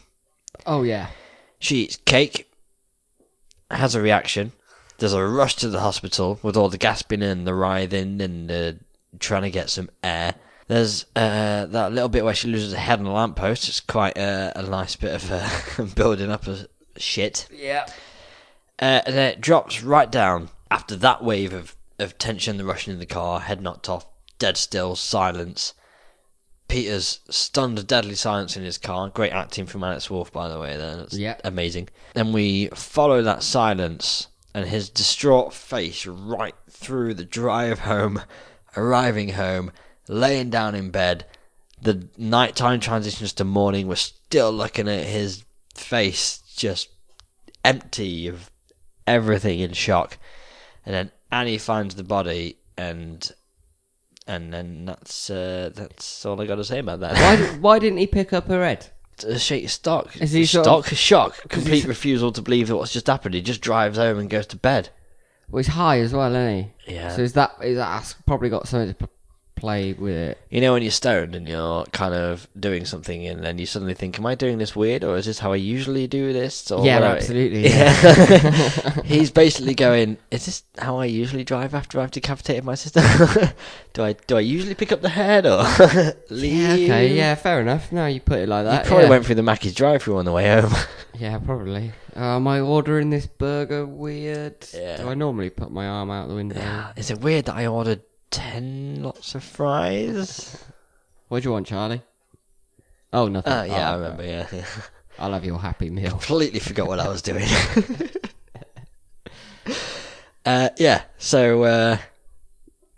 [SPEAKER 2] Oh, yeah.
[SPEAKER 3] She eats cake, has a reaction, There's a rush to the hospital with all the gasping and the writhing and the trying to get some air. There's uh, that little bit where she loses her head on a lamppost. It's quite uh, a nice bit of uh, <laughs> building up of shit.
[SPEAKER 2] Yeah.
[SPEAKER 3] Uh, and then it drops right down after that wave of, of tension, the rushing in the car, head knocked off, dead still, silence. Peter's stunned to deadly silence in his car. Great acting from Alex Wolf, by the way, there. That's
[SPEAKER 2] Yeah.
[SPEAKER 3] amazing. Then we follow that silence and his distraught face right through the drive home, arriving home, laying down in bed. The nighttime transitions to morning. We're still looking at his face just empty of everything in shock. And then Annie finds the body and and then that's uh, that's all I got to say about that. <laughs>
[SPEAKER 2] Why, why didn't he pick up her head?
[SPEAKER 3] a shake stock.
[SPEAKER 2] Is he
[SPEAKER 3] stock
[SPEAKER 2] sort of-
[SPEAKER 3] shock? Complete refusal to believe that what's just happened. He just drives home and goes to bed.
[SPEAKER 2] Well, he's high as well, isn't he?
[SPEAKER 3] Yeah.
[SPEAKER 2] So is that is that's probably got something to p- play with it?
[SPEAKER 3] You know when you're stoned and you're kind of doing something and then you suddenly think, "Am I doing this weird or is this how I usually do this?" Or
[SPEAKER 2] yeah,
[SPEAKER 3] whatever.
[SPEAKER 2] absolutely.
[SPEAKER 3] <laughs> Yeah. He's basically going, "Is this how I usually drive after I've decapitated my sister? <laughs> do I do I usually pick up the head <laughs> or
[SPEAKER 2] Yeah,
[SPEAKER 3] <laughs> leave?"
[SPEAKER 2] okay, yeah, fair enough. No, you put it like
[SPEAKER 3] You
[SPEAKER 2] that.
[SPEAKER 3] probably
[SPEAKER 2] yeah.
[SPEAKER 3] went through the Mackey's drive-through on the way <laughs> home.
[SPEAKER 2] Yeah, probably. Uh, am I ordering this burger weird?
[SPEAKER 3] Yeah.
[SPEAKER 2] Do I normally put my arm out the window?
[SPEAKER 3] Uh, Is it weird that I ordered ten lots of fries?
[SPEAKER 2] What do you want, Charlie? Oh, nothing.
[SPEAKER 3] Oh yeah,
[SPEAKER 2] Oh,
[SPEAKER 3] I remember. Yeah, <laughs>
[SPEAKER 2] I'll have your happy meal.
[SPEAKER 3] completely forgot what I was doing. <laughs> uh, yeah. So uh,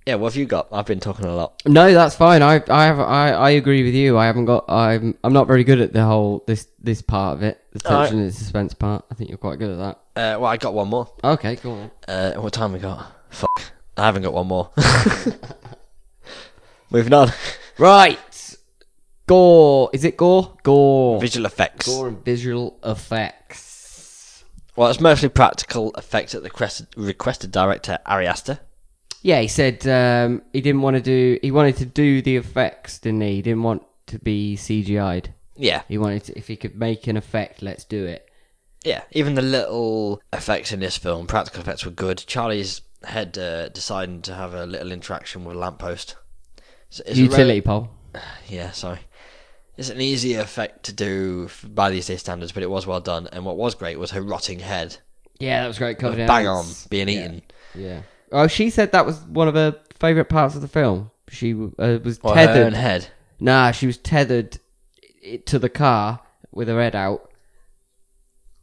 [SPEAKER 3] yeah, what have you got? I've been talking a lot.
[SPEAKER 2] No, that's fine. I I have I, I agree with you. I haven't got I'm I'm not very good at the whole this this part of it. The
[SPEAKER 3] Alright.
[SPEAKER 2] tension and the suspense part. I think you're quite good at that.
[SPEAKER 3] Uh, well, I got one more.
[SPEAKER 2] Okay, cool.
[SPEAKER 3] Uh, what time we got? Fuck, I haven't got one more. <laughs> Moving on.
[SPEAKER 2] Right. Gore. Is it gore? Gore.
[SPEAKER 3] Visual effects.
[SPEAKER 2] Gore and visual effects.
[SPEAKER 3] Well, it's mostly practical effects at the request- requested director Ari Aster.
[SPEAKER 2] Yeah, he said um, he didn't want to do. He wanted to do the effects, didn't he? He didn't want to be CGI'd.
[SPEAKER 3] Yeah,
[SPEAKER 2] He wanted to, if he could make an effect, let's do it.
[SPEAKER 3] Yeah, even the little effects in this film, practical effects were good. Charlie's head uh, deciding to have a little interaction with a lamppost. So it's a rel-
[SPEAKER 2] Utility pole.
[SPEAKER 3] yeah, sorry. It's an easy effect to do f- by these day standards, but it was well done. And what was great was her rotting head,
[SPEAKER 2] Yeah, that was great. Covered in
[SPEAKER 3] bang on,
[SPEAKER 2] ants.
[SPEAKER 3] being eaten.
[SPEAKER 2] Yeah. Oh, she said that was one of her favorite parts of the film. She uh, was
[SPEAKER 3] Or her own
[SPEAKER 2] tethered.
[SPEAKER 3] head.
[SPEAKER 2] Nah, she was tethered i- to the car with her head out,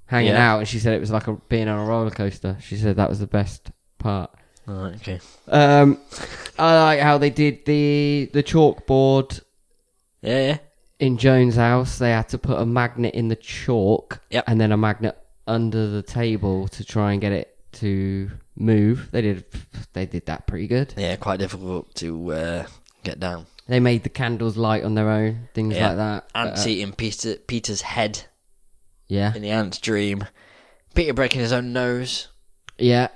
[SPEAKER 2] hanging
[SPEAKER 3] Yeah.
[SPEAKER 2] out, and she said it was like a, being on a roller coaster. She said that was the best part.
[SPEAKER 3] Alright, okay.
[SPEAKER 2] Um, <laughs> I like how they did the the chalkboard
[SPEAKER 3] Yeah, yeah.
[SPEAKER 2] in Jones' house. They had to put a magnet in the chalk,
[SPEAKER 3] Yep.
[SPEAKER 2] and then a magnet under the table to try and get it to move. They did they did that pretty good.
[SPEAKER 3] Yeah, quite difficult to uh, get down.
[SPEAKER 2] They made the candles light on their own, things
[SPEAKER 3] Yeah.
[SPEAKER 2] like that.
[SPEAKER 3] Ants
[SPEAKER 2] Uh,
[SPEAKER 3] eating Peter, Peter's head
[SPEAKER 2] yeah,
[SPEAKER 3] in the ant's dream. Peter breaking his own nose.
[SPEAKER 2] yeah.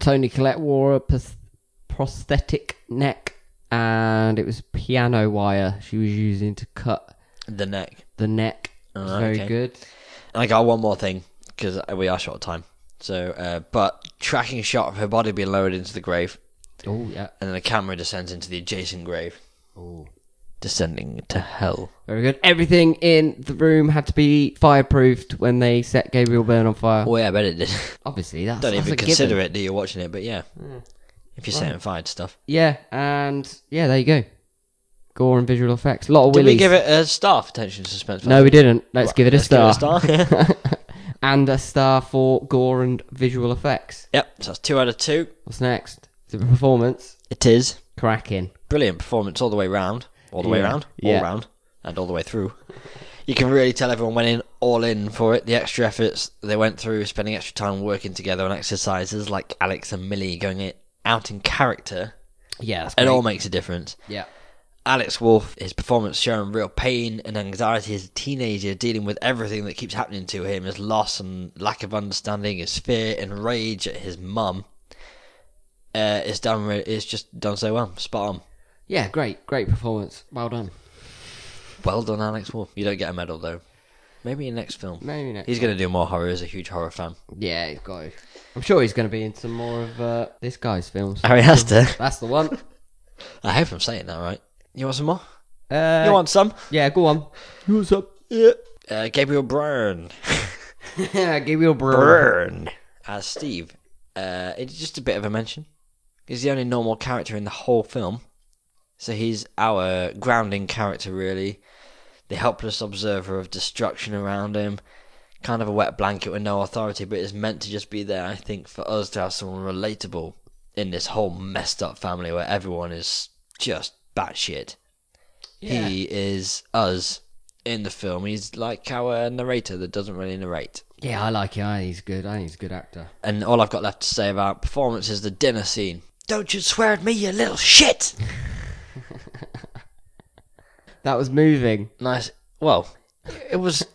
[SPEAKER 2] Tony Collette wore a pros- prosthetic neck, and it was piano wire she was using to cut
[SPEAKER 3] The neck.
[SPEAKER 2] the neck. It was
[SPEAKER 3] Ah,
[SPEAKER 2] very
[SPEAKER 3] okay.
[SPEAKER 2] good.
[SPEAKER 3] And I got one more thing because we are short of time. So, uh, but tracking shot of her body being lowered into the grave,
[SPEAKER 2] Oh yeah.
[SPEAKER 3] and then the camera descends into the adjacent grave,
[SPEAKER 2] Oh.
[SPEAKER 3] descending to hell.
[SPEAKER 2] Very good. Everything in the room had to be fireproofed when they set Gabriel Byrne on fire.
[SPEAKER 3] Oh yeah, I bet it did. <laughs>
[SPEAKER 2] Obviously, that's
[SPEAKER 3] Don't
[SPEAKER 2] that's
[SPEAKER 3] even
[SPEAKER 2] a
[SPEAKER 3] consider
[SPEAKER 2] given.
[SPEAKER 3] it that you're watching it, but yeah, if you're setting fire to stuff.
[SPEAKER 2] Yeah, and yeah, there you go. Gore and visual effects. A lot of
[SPEAKER 3] Did
[SPEAKER 2] willies.
[SPEAKER 3] we give it a star for tension suspense?
[SPEAKER 2] No, we didn't. Let's give it a
[SPEAKER 3] let's
[SPEAKER 2] star. <laughs>
[SPEAKER 3] Give it a star. <laughs>
[SPEAKER 2] and a star for gore and visual effects.
[SPEAKER 3] yep, so that's two out of two.
[SPEAKER 2] What's next? The performance.
[SPEAKER 3] It is
[SPEAKER 2] Cracking.
[SPEAKER 3] brilliant performance all the way round, all the way
[SPEAKER 2] Yeah.
[SPEAKER 3] round, all
[SPEAKER 2] Yeah.
[SPEAKER 3] round, and all the way through. You can really tell everyone went in all in for it. The extra efforts they went through, spending extra time working together on exercises, like Alex and Millie going it out in character.
[SPEAKER 2] Yeah, that's
[SPEAKER 3] It
[SPEAKER 2] great.
[SPEAKER 3] all makes a difference.
[SPEAKER 2] Yeah.
[SPEAKER 3] Alex Wolf, his performance showing real pain and anxiety as a teenager, dealing with everything that keeps happening to him his loss and lack of understanding, his fear and rage at his mum. Uh, it's done. Re- it's just done so well. Spot on.
[SPEAKER 2] Yeah, great, great performance. Well done.
[SPEAKER 3] Well done, Alex Wolf. You don't get a medal though. Maybe in next film.
[SPEAKER 2] Maybe next
[SPEAKER 3] He's going to do more horror. He's a huge horror fan.
[SPEAKER 2] Yeah, he's got. to. I'm sure he's going to be in some more of uh, this guy's films.
[SPEAKER 3] Harry Astor.
[SPEAKER 2] That's the
[SPEAKER 3] <laughs>
[SPEAKER 2] one.
[SPEAKER 3] I hope I'm saying that right. You want some more?
[SPEAKER 2] Uh,
[SPEAKER 3] you want some?
[SPEAKER 2] Yeah, go
[SPEAKER 3] <laughs>
[SPEAKER 2] on. <laughs>
[SPEAKER 3] What's up? Yeah. Uh, Gabriel Byrne.
[SPEAKER 2] Gabriel Brewer.
[SPEAKER 3] Byrne. As Steve. Uh, it's just a bit of a mention. He's the only normal character in the whole film. So he's our grounding character, really. The helpless observer of destruction around him. Kind of a wet blanket with no authority, but it's meant to just be there, I think, for us to have someone relatable in this whole messed up family where everyone is just batshit. He is us in the film. He's like our narrator that doesn't really narrate.
[SPEAKER 2] Yeah, I like him. I think he's good. I think he's a good actor.
[SPEAKER 3] And all I've got left to say about performance is the dinner scene. Don't you swear at me, you little shit!
[SPEAKER 2] That was moving.
[SPEAKER 3] Nice. Well, it was.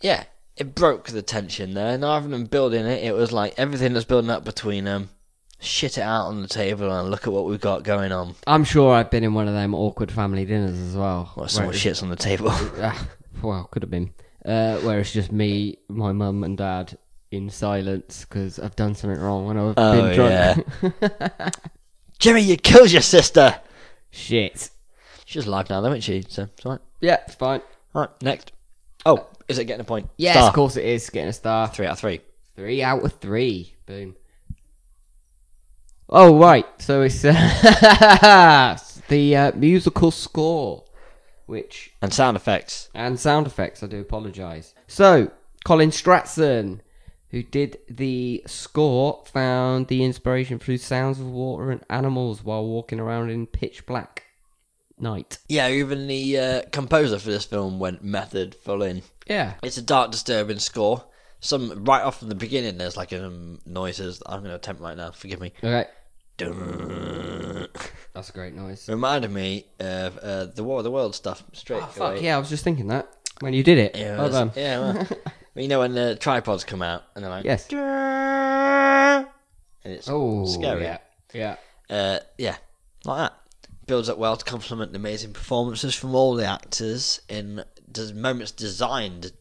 [SPEAKER 3] Yeah, it broke the tension there. And rather than building it, it was like everything that's building up between them. Shit it out on the table and look at what we've got going on.
[SPEAKER 2] I'm sure I've been in one of them awkward family dinners as well.
[SPEAKER 3] Well, someone
[SPEAKER 2] Where-
[SPEAKER 3] shits on the table.
[SPEAKER 2] Ah, well, could have been. Uh, where it's just me, my mum, and dad in silence because I've done something wrong and I've
[SPEAKER 3] <laughs> Oh,
[SPEAKER 2] been drunk.
[SPEAKER 3] Jimmy, you killed your sister!
[SPEAKER 2] <laughs> Shit.
[SPEAKER 3] She's alive now, though, isn't she? So, it's alright.
[SPEAKER 2] Yeah, it's fine.
[SPEAKER 3] Alright, next. Oh, is it getting a point?
[SPEAKER 2] Yes,
[SPEAKER 3] Star.
[SPEAKER 2] of course it is. Getting a star.
[SPEAKER 3] Three out of three.
[SPEAKER 2] Three out of three. Boom. Oh right, so it's <laughs> uh, the uh, musical score, which
[SPEAKER 3] And sound effects.
[SPEAKER 2] and sound effects. I do apologise. So Colin Stratson, who did the score, found the inspiration through sounds of water and animals while walking around in pitch black night.
[SPEAKER 3] Yeah, even the uh, composer for this film went method full in.
[SPEAKER 2] Yeah,
[SPEAKER 3] It's a dark, disturbing score. Some right off from the beginning, there's like um, noises. that I'm going to attempt right now. Forgive me.
[SPEAKER 2] okay,
[SPEAKER 3] Dun.
[SPEAKER 2] that's a great noise.
[SPEAKER 3] Reminded me of uh, the War of the World stuff. Straight.
[SPEAKER 2] Oh, fuck
[SPEAKER 3] away.
[SPEAKER 2] yeah, I was just thinking that when you did it.
[SPEAKER 3] Yeah.
[SPEAKER 2] well
[SPEAKER 3] that's-
[SPEAKER 2] done.
[SPEAKER 3] yeah, well, <laughs> you know when the tripods come out and they're like,
[SPEAKER 2] Yes.
[SPEAKER 3] "Dun," and it's
[SPEAKER 2] Oh,
[SPEAKER 3] scary.
[SPEAKER 2] yeah, yeah.
[SPEAKER 3] uh, yeah, like that. Builds up well to complement the amazing performances from all the actors in des- moments designed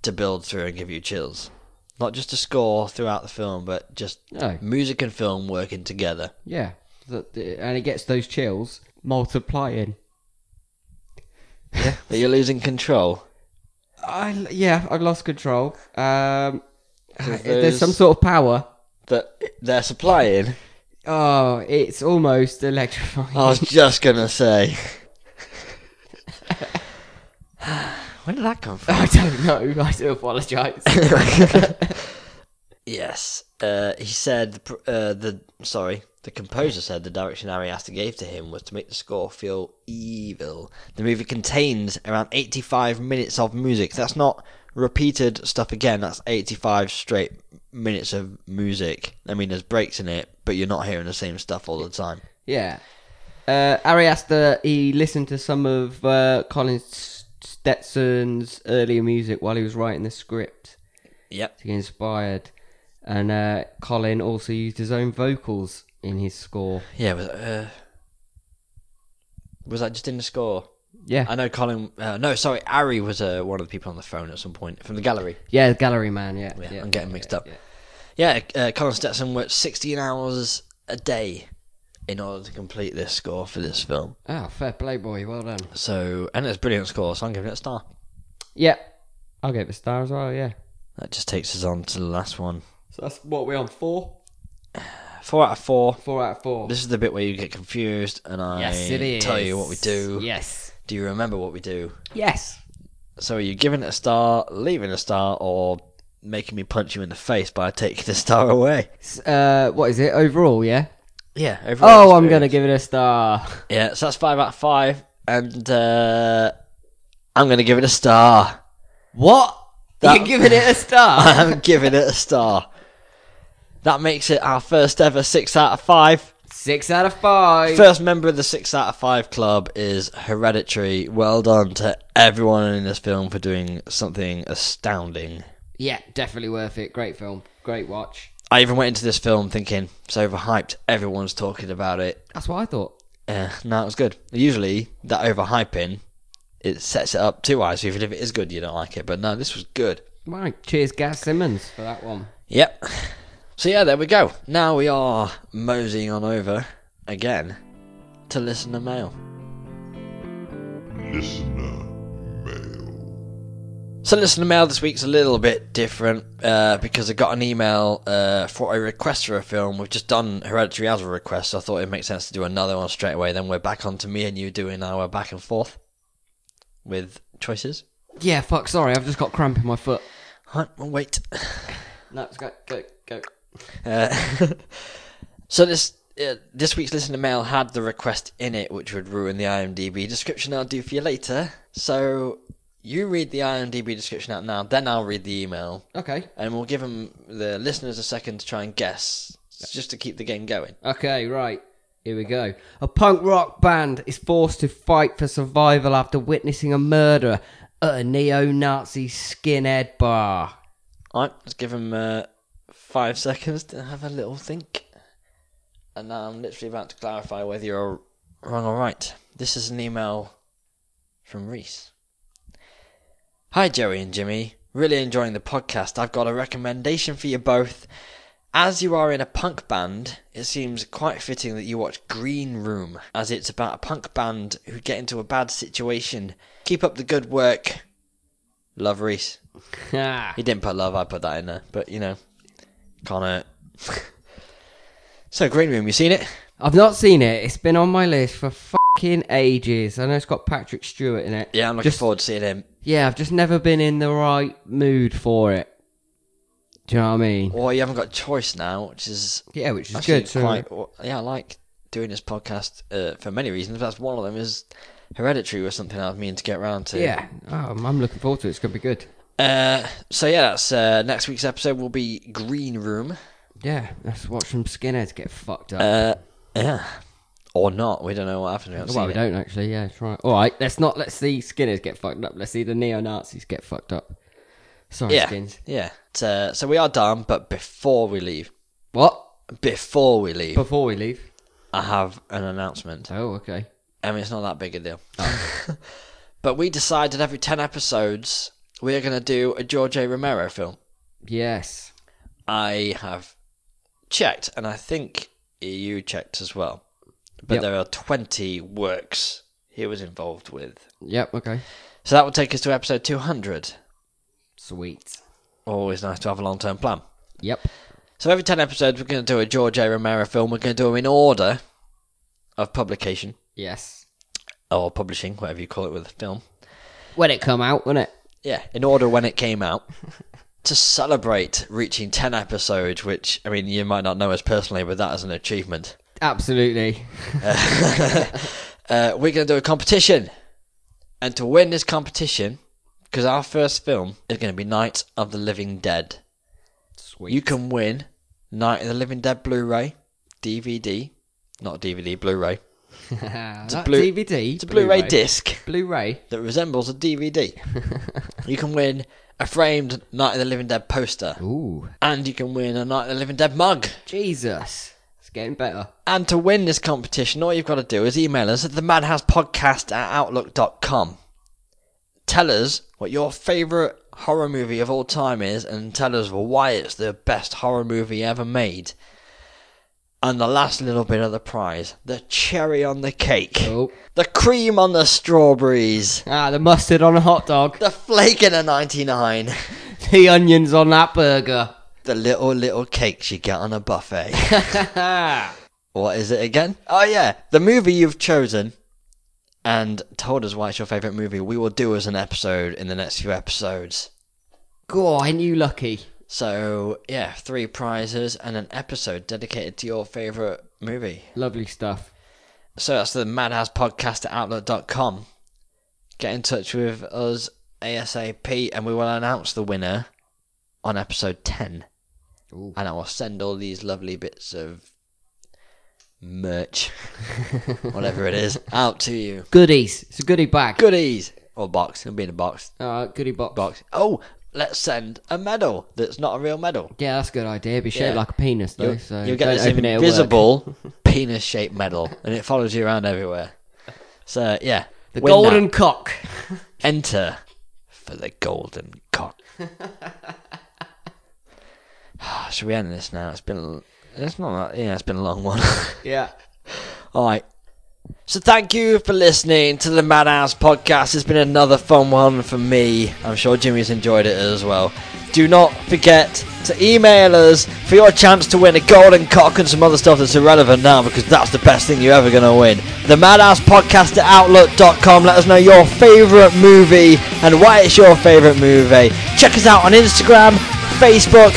[SPEAKER 3] to build through and give you chills. Not just a score throughout the film, but just
[SPEAKER 2] No.
[SPEAKER 3] music and film working together.
[SPEAKER 2] Yeah, That- and it gets those chills multiplying.
[SPEAKER 3] But you're losing control.
[SPEAKER 2] I l- yeah, I've lost control. Um,
[SPEAKER 3] There's-
[SPEAKER 2] <laughs> there's, some sort of power.
[SPEAKER 3] That they're supplying.
[SPEAKER 2] Oh, it's almost electrifying.
[SPEAKER 3] I was just gonna say. <sighs> Where did that come
[SPEAKER 2] <laughs>
[SPEAKER 3] from?
[SPEAKER 2] I don't know. <laughs> I do apologise.
[SPEAKER 3] <laughs> Yes, uh, he said pr- uh, the sorry, the composer said the direction Ari Aster gave to him was to make the score feel evil. The movie contains around 85 minutes of music. That's not repeated stuff again. That's 85 straight minutes of music. I mean, there's breaks in it, but you're not hearing the same stuff all the time.
[SPEAKER 2] yeah. Uh, Ari Aster, he listened to some of uh, Colin Stetson's earlier music while he was writing the script.
[SPEAKER 3] Yep.
[SPEAKER 2] to get inspired. And uh, Colin also used his own vocals in his score.
[SPEAKER 3] Yeah. Was uh, was that just in the score?
[SPEAKER 2] Yeah,
[SPEAKER 3] I know Colin. Uh, no, sorry, Ari was uh, one of the people on the phone at some point from the gallery.
[SPEAKER 2] yeah, Gallery Man. Yeah,
[SPEAKER 3] Yeah,
[SPEAKER 2] yeah.
[SPEAKER 3] I'm getting mixed up. Yeah, uh, Colin Stetson worked 16 hours a day in order to complete this score for this film.
[SPEAKER 2] Ah, fair play, boy. Well done.
[SPEAKER 3] So, and it's a brilliant score, so I'm giving it a star.
[SPEAKER 2] Yeah, I'll give it a star as well. Yeah.
[SPEAKER 3] That just takes us on to the last one.
[SPEAKER 2] So that's what we're on four.
[SPEAKER 3] Four out of four.
[SPEAKER 2] Four out of four.
[SPEAKER 3] This is the bit where you get confused, and I
[SPEAKER 2] yes, it is.
[SPEAKER 3] tell you what we do.
[SPEAKER 2] Yes.
[SPEAKER 3] Do you remember what we do?
[SPEAKER 2] Yes.
[SPEAKER 3] So, are you giving it a star, leaving a star, or making me punch you in the face by taking the star away?
[SPEAKER 2] S- Uh, what is it overall? Yeah.
[SPEAKER 3] Yeah.
[SPEAKER 2] Oh, I'm gonna give it a <laughs> star.
[SPEAKER 3] Yeah, so that's five out of five, and uh, I'm gonna give it a star.
[SPEAKER 2] What?
[SPEAKER 3] That-
[SPEAKER 2] You're
[SPEAKER 3] <laughs>
[SPEAKER 2] giving it a star?
[SPEAKER 3] I'm giving it a star. That makes it our first ever six out of five.
[SPEAKER 2] <laughs> Six out of five.
[SPEAKER 3] First member of the six out of five club is Hereditary. Well done to everyone in this film for doing something astounding.
[SPEAKER 2] yeah, definitely worth it. Great film. Great watch.
[SPEAKER 3] I even went into this film thinking it's overhyped. Everyone's talking about it.
[SPEAKER 2] That's what I thought.
[SPEAKER 3] Uh, no, it was good. Usually that overhyping it sets it up too high. So even if it is good, you don't like it. But no, this was good.
[SPEAKER 2] Right, cheers, Gaz Simmons, for that one.
[SPEAKER 3] Yep. So yeah, there we go. Now we are moseying on over again to listener mail.
[SPEAKER 5] Listener mail.
[SPEAKER 3] So listener mail this week's a little bit different uh, because I got an email uh, for a request for a film. We've just done Hereditary as a request, so I thought it makes sense to do another one straight away. Then we're back on to me and you doing our back and forth with choices.
[SPEAKER 2] Yeah, fuck, sorry, I've just got cramp in my foot.
[SPEAKER 3] Right, well, wait.
[SPEAKER 2] No, it's go, go, go.
[SPEAKER 3] Uh, so this uh, this week's listener mail had the request in it, which would ruin the IMDb description. I'll do for you later. So you read the IMDb description out now, then I'll read the email,
[SPEAKER 2] Okay.
[SPEAKER 3] and we'll give 'em- the listeners a second to try and guess, just to keep the game going.
[SPEAKER 2] Okay, right. Here we go. A punk rock band is forced to fight for survival after witnessing a murder at a neo Nazi skinhead bar. <laughs>
[SPEAKER 3] All right, let's give 'em uh, five seconds to have a little think. And now I'm literally about to clarify whether you're wrong or right. This is an email from Reese. Hi, Joey and Jimmy. Really enjoying the podcast. I've got a recommendation for you both. As you are in a punk band, it seems quite fitting that you watch Green Room, as it's about a punk band who get into a bad situation. Keep up the good work. Love, Reese.
[SPEAKER 2] Ah,
[SPEAKER 3] He didn't put love, I put that in there. But, you know, Connor. so, Green Room, you seen it?
[SPEAKER 2] I've not seen it. It's been on my list for fucking ages. I know it's got Patrick Stewart in it.
[SPEAKER 3] Yeah, I'm looking
[SPEAKER 2] just,
[SPEAKER 3] forward to seeing him.
[SPEAKER 2] Yeah, I've just never been in the right mood for it. Do you know what I mean?
[SPEAKER 3] Well, you haven't got choice now, which is
[SPEAKER 2] Yeah, which is
[SPEAKER 3] actually
[SPEAKER 2] good. So
[SPEAKER 3] quite. well, yeah, I like doing this podcast uh, for many reasons. But that's one of them is Hereditary was something I was meaning to get round to.
[SPEAKER 2] yeah, oh, I'm I'm looking forward to it. It's gonna be good.
[SPEAKER 3] Uh, so yeah, that's uh, next week's episode will be Green Room.
[SPEAKER 2] Yeah, let's watch some skinheads get fucked up.
[SPEAKER 3] Uh, yeah, or not? We don't know what happened. We haven't
[SPEAKER 2] well,
[SPEAKER 3] seen
[SPEAKER 2] we
[SPEAKER 3] it.
[SPEAKER 2] don't actually. Yeah, it's right. All right, let's not let's see skinheads get fucked up. Let's see the neo Nazis get fucked up. Sorry,
[SPEAKER 3] Yeah,
[SPEAKER 2] skins.
[SPEAKER 3] yeah. So, so we are done, but before we leave,
[SPEAKER 2] What?
[SPEAKER 3] before we leave,
[SPEAKER 2] Before we leave.
[SPEAKER 3] I have an announcement.
[SPEAKER 2] Oh, okay.
[SPEAKER 3] I mean, it's not that big a deal. <laughs> but we decided every 10 episodes, we are going to do a George A. Romero film.
[SPEAKER 2] Yes.
[SPEAKER 3] I have checked, and I think you checked as well. But
[SPEAKER 2] Yep.
[SPEAKER 3] there are 20 works he was involved with.
[SPEAKER 2] Yep. Okay.
[SPEAKER 3] So that will take us to episode 200.
[SPEAKER 2] Sweet.
[SPEAKER 3] Always nice to have a long term plan.
[SPEAKER 2] Yep.
[SPEAKER 3] So every 10 episodes, we're going to do a George A. Romero film. We're going to do them in order of publication,
[SPEAKER 2] Yes.
[SPEAKER 3] or publishing, whatever you call it with a film.
[SPEAKER 2] When it come out, wouldn't it?
[SPEAKER 3] yeah, in order when it came out <laughs> to celebrate reaching 10 episodes, which, I mean, you might not know us personally, but that is an achievement.
[SPEAKER 2] Absolutely.
[SPEAKER 3] Uh, we're going to do a competition. And to win this competition, because our first film is going to be Night of the Living Dead,
[SPEAKER 2] Sweet. <laughs>
[SPEAKER 3] you can win Night of the Living Dead Blu ray, DVD, not DVD, Blu ray.
[SPEAKER 2] it's
[SPEAKER 3] a Blu-
[SPEAKER 2] DVD.
[SPEAKER 3] It's a Blu ray disc
[SPEAKER 2] Blu-ray.
[SPEAKER 3] that resembles a DVD. you can win a framed Night of the Living Dead poster,
[SPEAKER 2] Ooh.
[SPEAKER 3] and you can win a Night of the Living Dead mug.
[SPEAKER 2] Jesus. It's getting better.
[SPEAKER 3] And to win this competition, all you've got to do is email us at the madhousepodcast at outlook.com. Tell us what your favourite horror movie of all time is and tell us why it's the best horror movie ever made. And the last little bit of the prize the cherry on the cake,
[SPEAKER 2] Oh.
[SPEAKER 3] the cream on the strawberries,
[SPEAKER 2] Ah, the mustard on a hot dog. <laughs>
[SPEAKER 3] the flake in a 99,
[SPEAKER 2] The onions on that burger.
[SPEAKER 3] <laughs>
[SPEAKER 2] <laughs>
[SPEAKER 3] the little, little cakes you get on a buffet. <laughs> what is it again? Oh yeah, the movie you've chosen and told us why it's your favorite movie. We will do as an episode in the next few episodes.
[SPEAKER 2] Go on, you lucky.
[SPEAKER 3] So yeah, three prizes and an episode dedicated to your favorite movie.
[SPEAKER 2] Lovely stuff.
[SPEAKER 3] So that's the Madhouse Podcast at Outlook.com. Get in touch with us ASAP and we will announce the winner on episode 10.
[SPEAKER 2] Ooh.
[SPEAKER 3] And I will send all these lovely bits of
[SPEAKER 2] <laughs>
[SPEAKER 3] merch, whatever it is, out to you.
[SPEAKER 2] Goodies. It's a goodie bag.
[SPEAKER 3] Goodies! Or box, it'll be in a box.
[SPEAKER 2] Uh, goodie box.
[SPEAKER 3] Box. Oh, let's send a medal that's not a real medal.
[SPEAKER 2] Yeah, that's a good idea. Be shaped
[SPEAKER 3] Yeah.
[SPEAKER 2] like a penis, though.
[SPEAKER 3] You'll,
[SPEAKER 2] so
[SPEAKER 3] you'll get
[SPEAKER 2] don't
[SPEAKER 3] this
[SPEAKER 2] open it, it'll work.
[SPEAKER 3] invisible penis shaped medal and it follows you around everywhere. So, yeah,
[SPEAKER 2] The
[SPEAKER 3] Winner.
[SPEAKER 2] golden cock.
[SPEAKER 3] Enter for the golden cock. Ah, Should we end this now? It's been it's not that, yeah, it's been a long one. <laughs>
[SPEAKER 2] Yeah.
[SPEAKER 3] All right. So thank you for listening to the Madhouse podcast. It's been another fun one for me. I'm sure Jimmy's enjoyed it as well. Do not forget to email us for your chance to win a golden cock and some other stuff that's irrelevant now because that's the best thing you're ever going to win. The Madhouse Podcast at Outlook.com. Let us know your favourite movie and why it's your favourite movie. Check us out on Instagram, Facebook,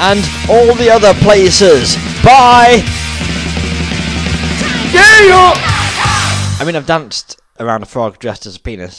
[SPEAKER 3] and all the other places. Bye! I mean, I've danced around a frog dressed as a penis.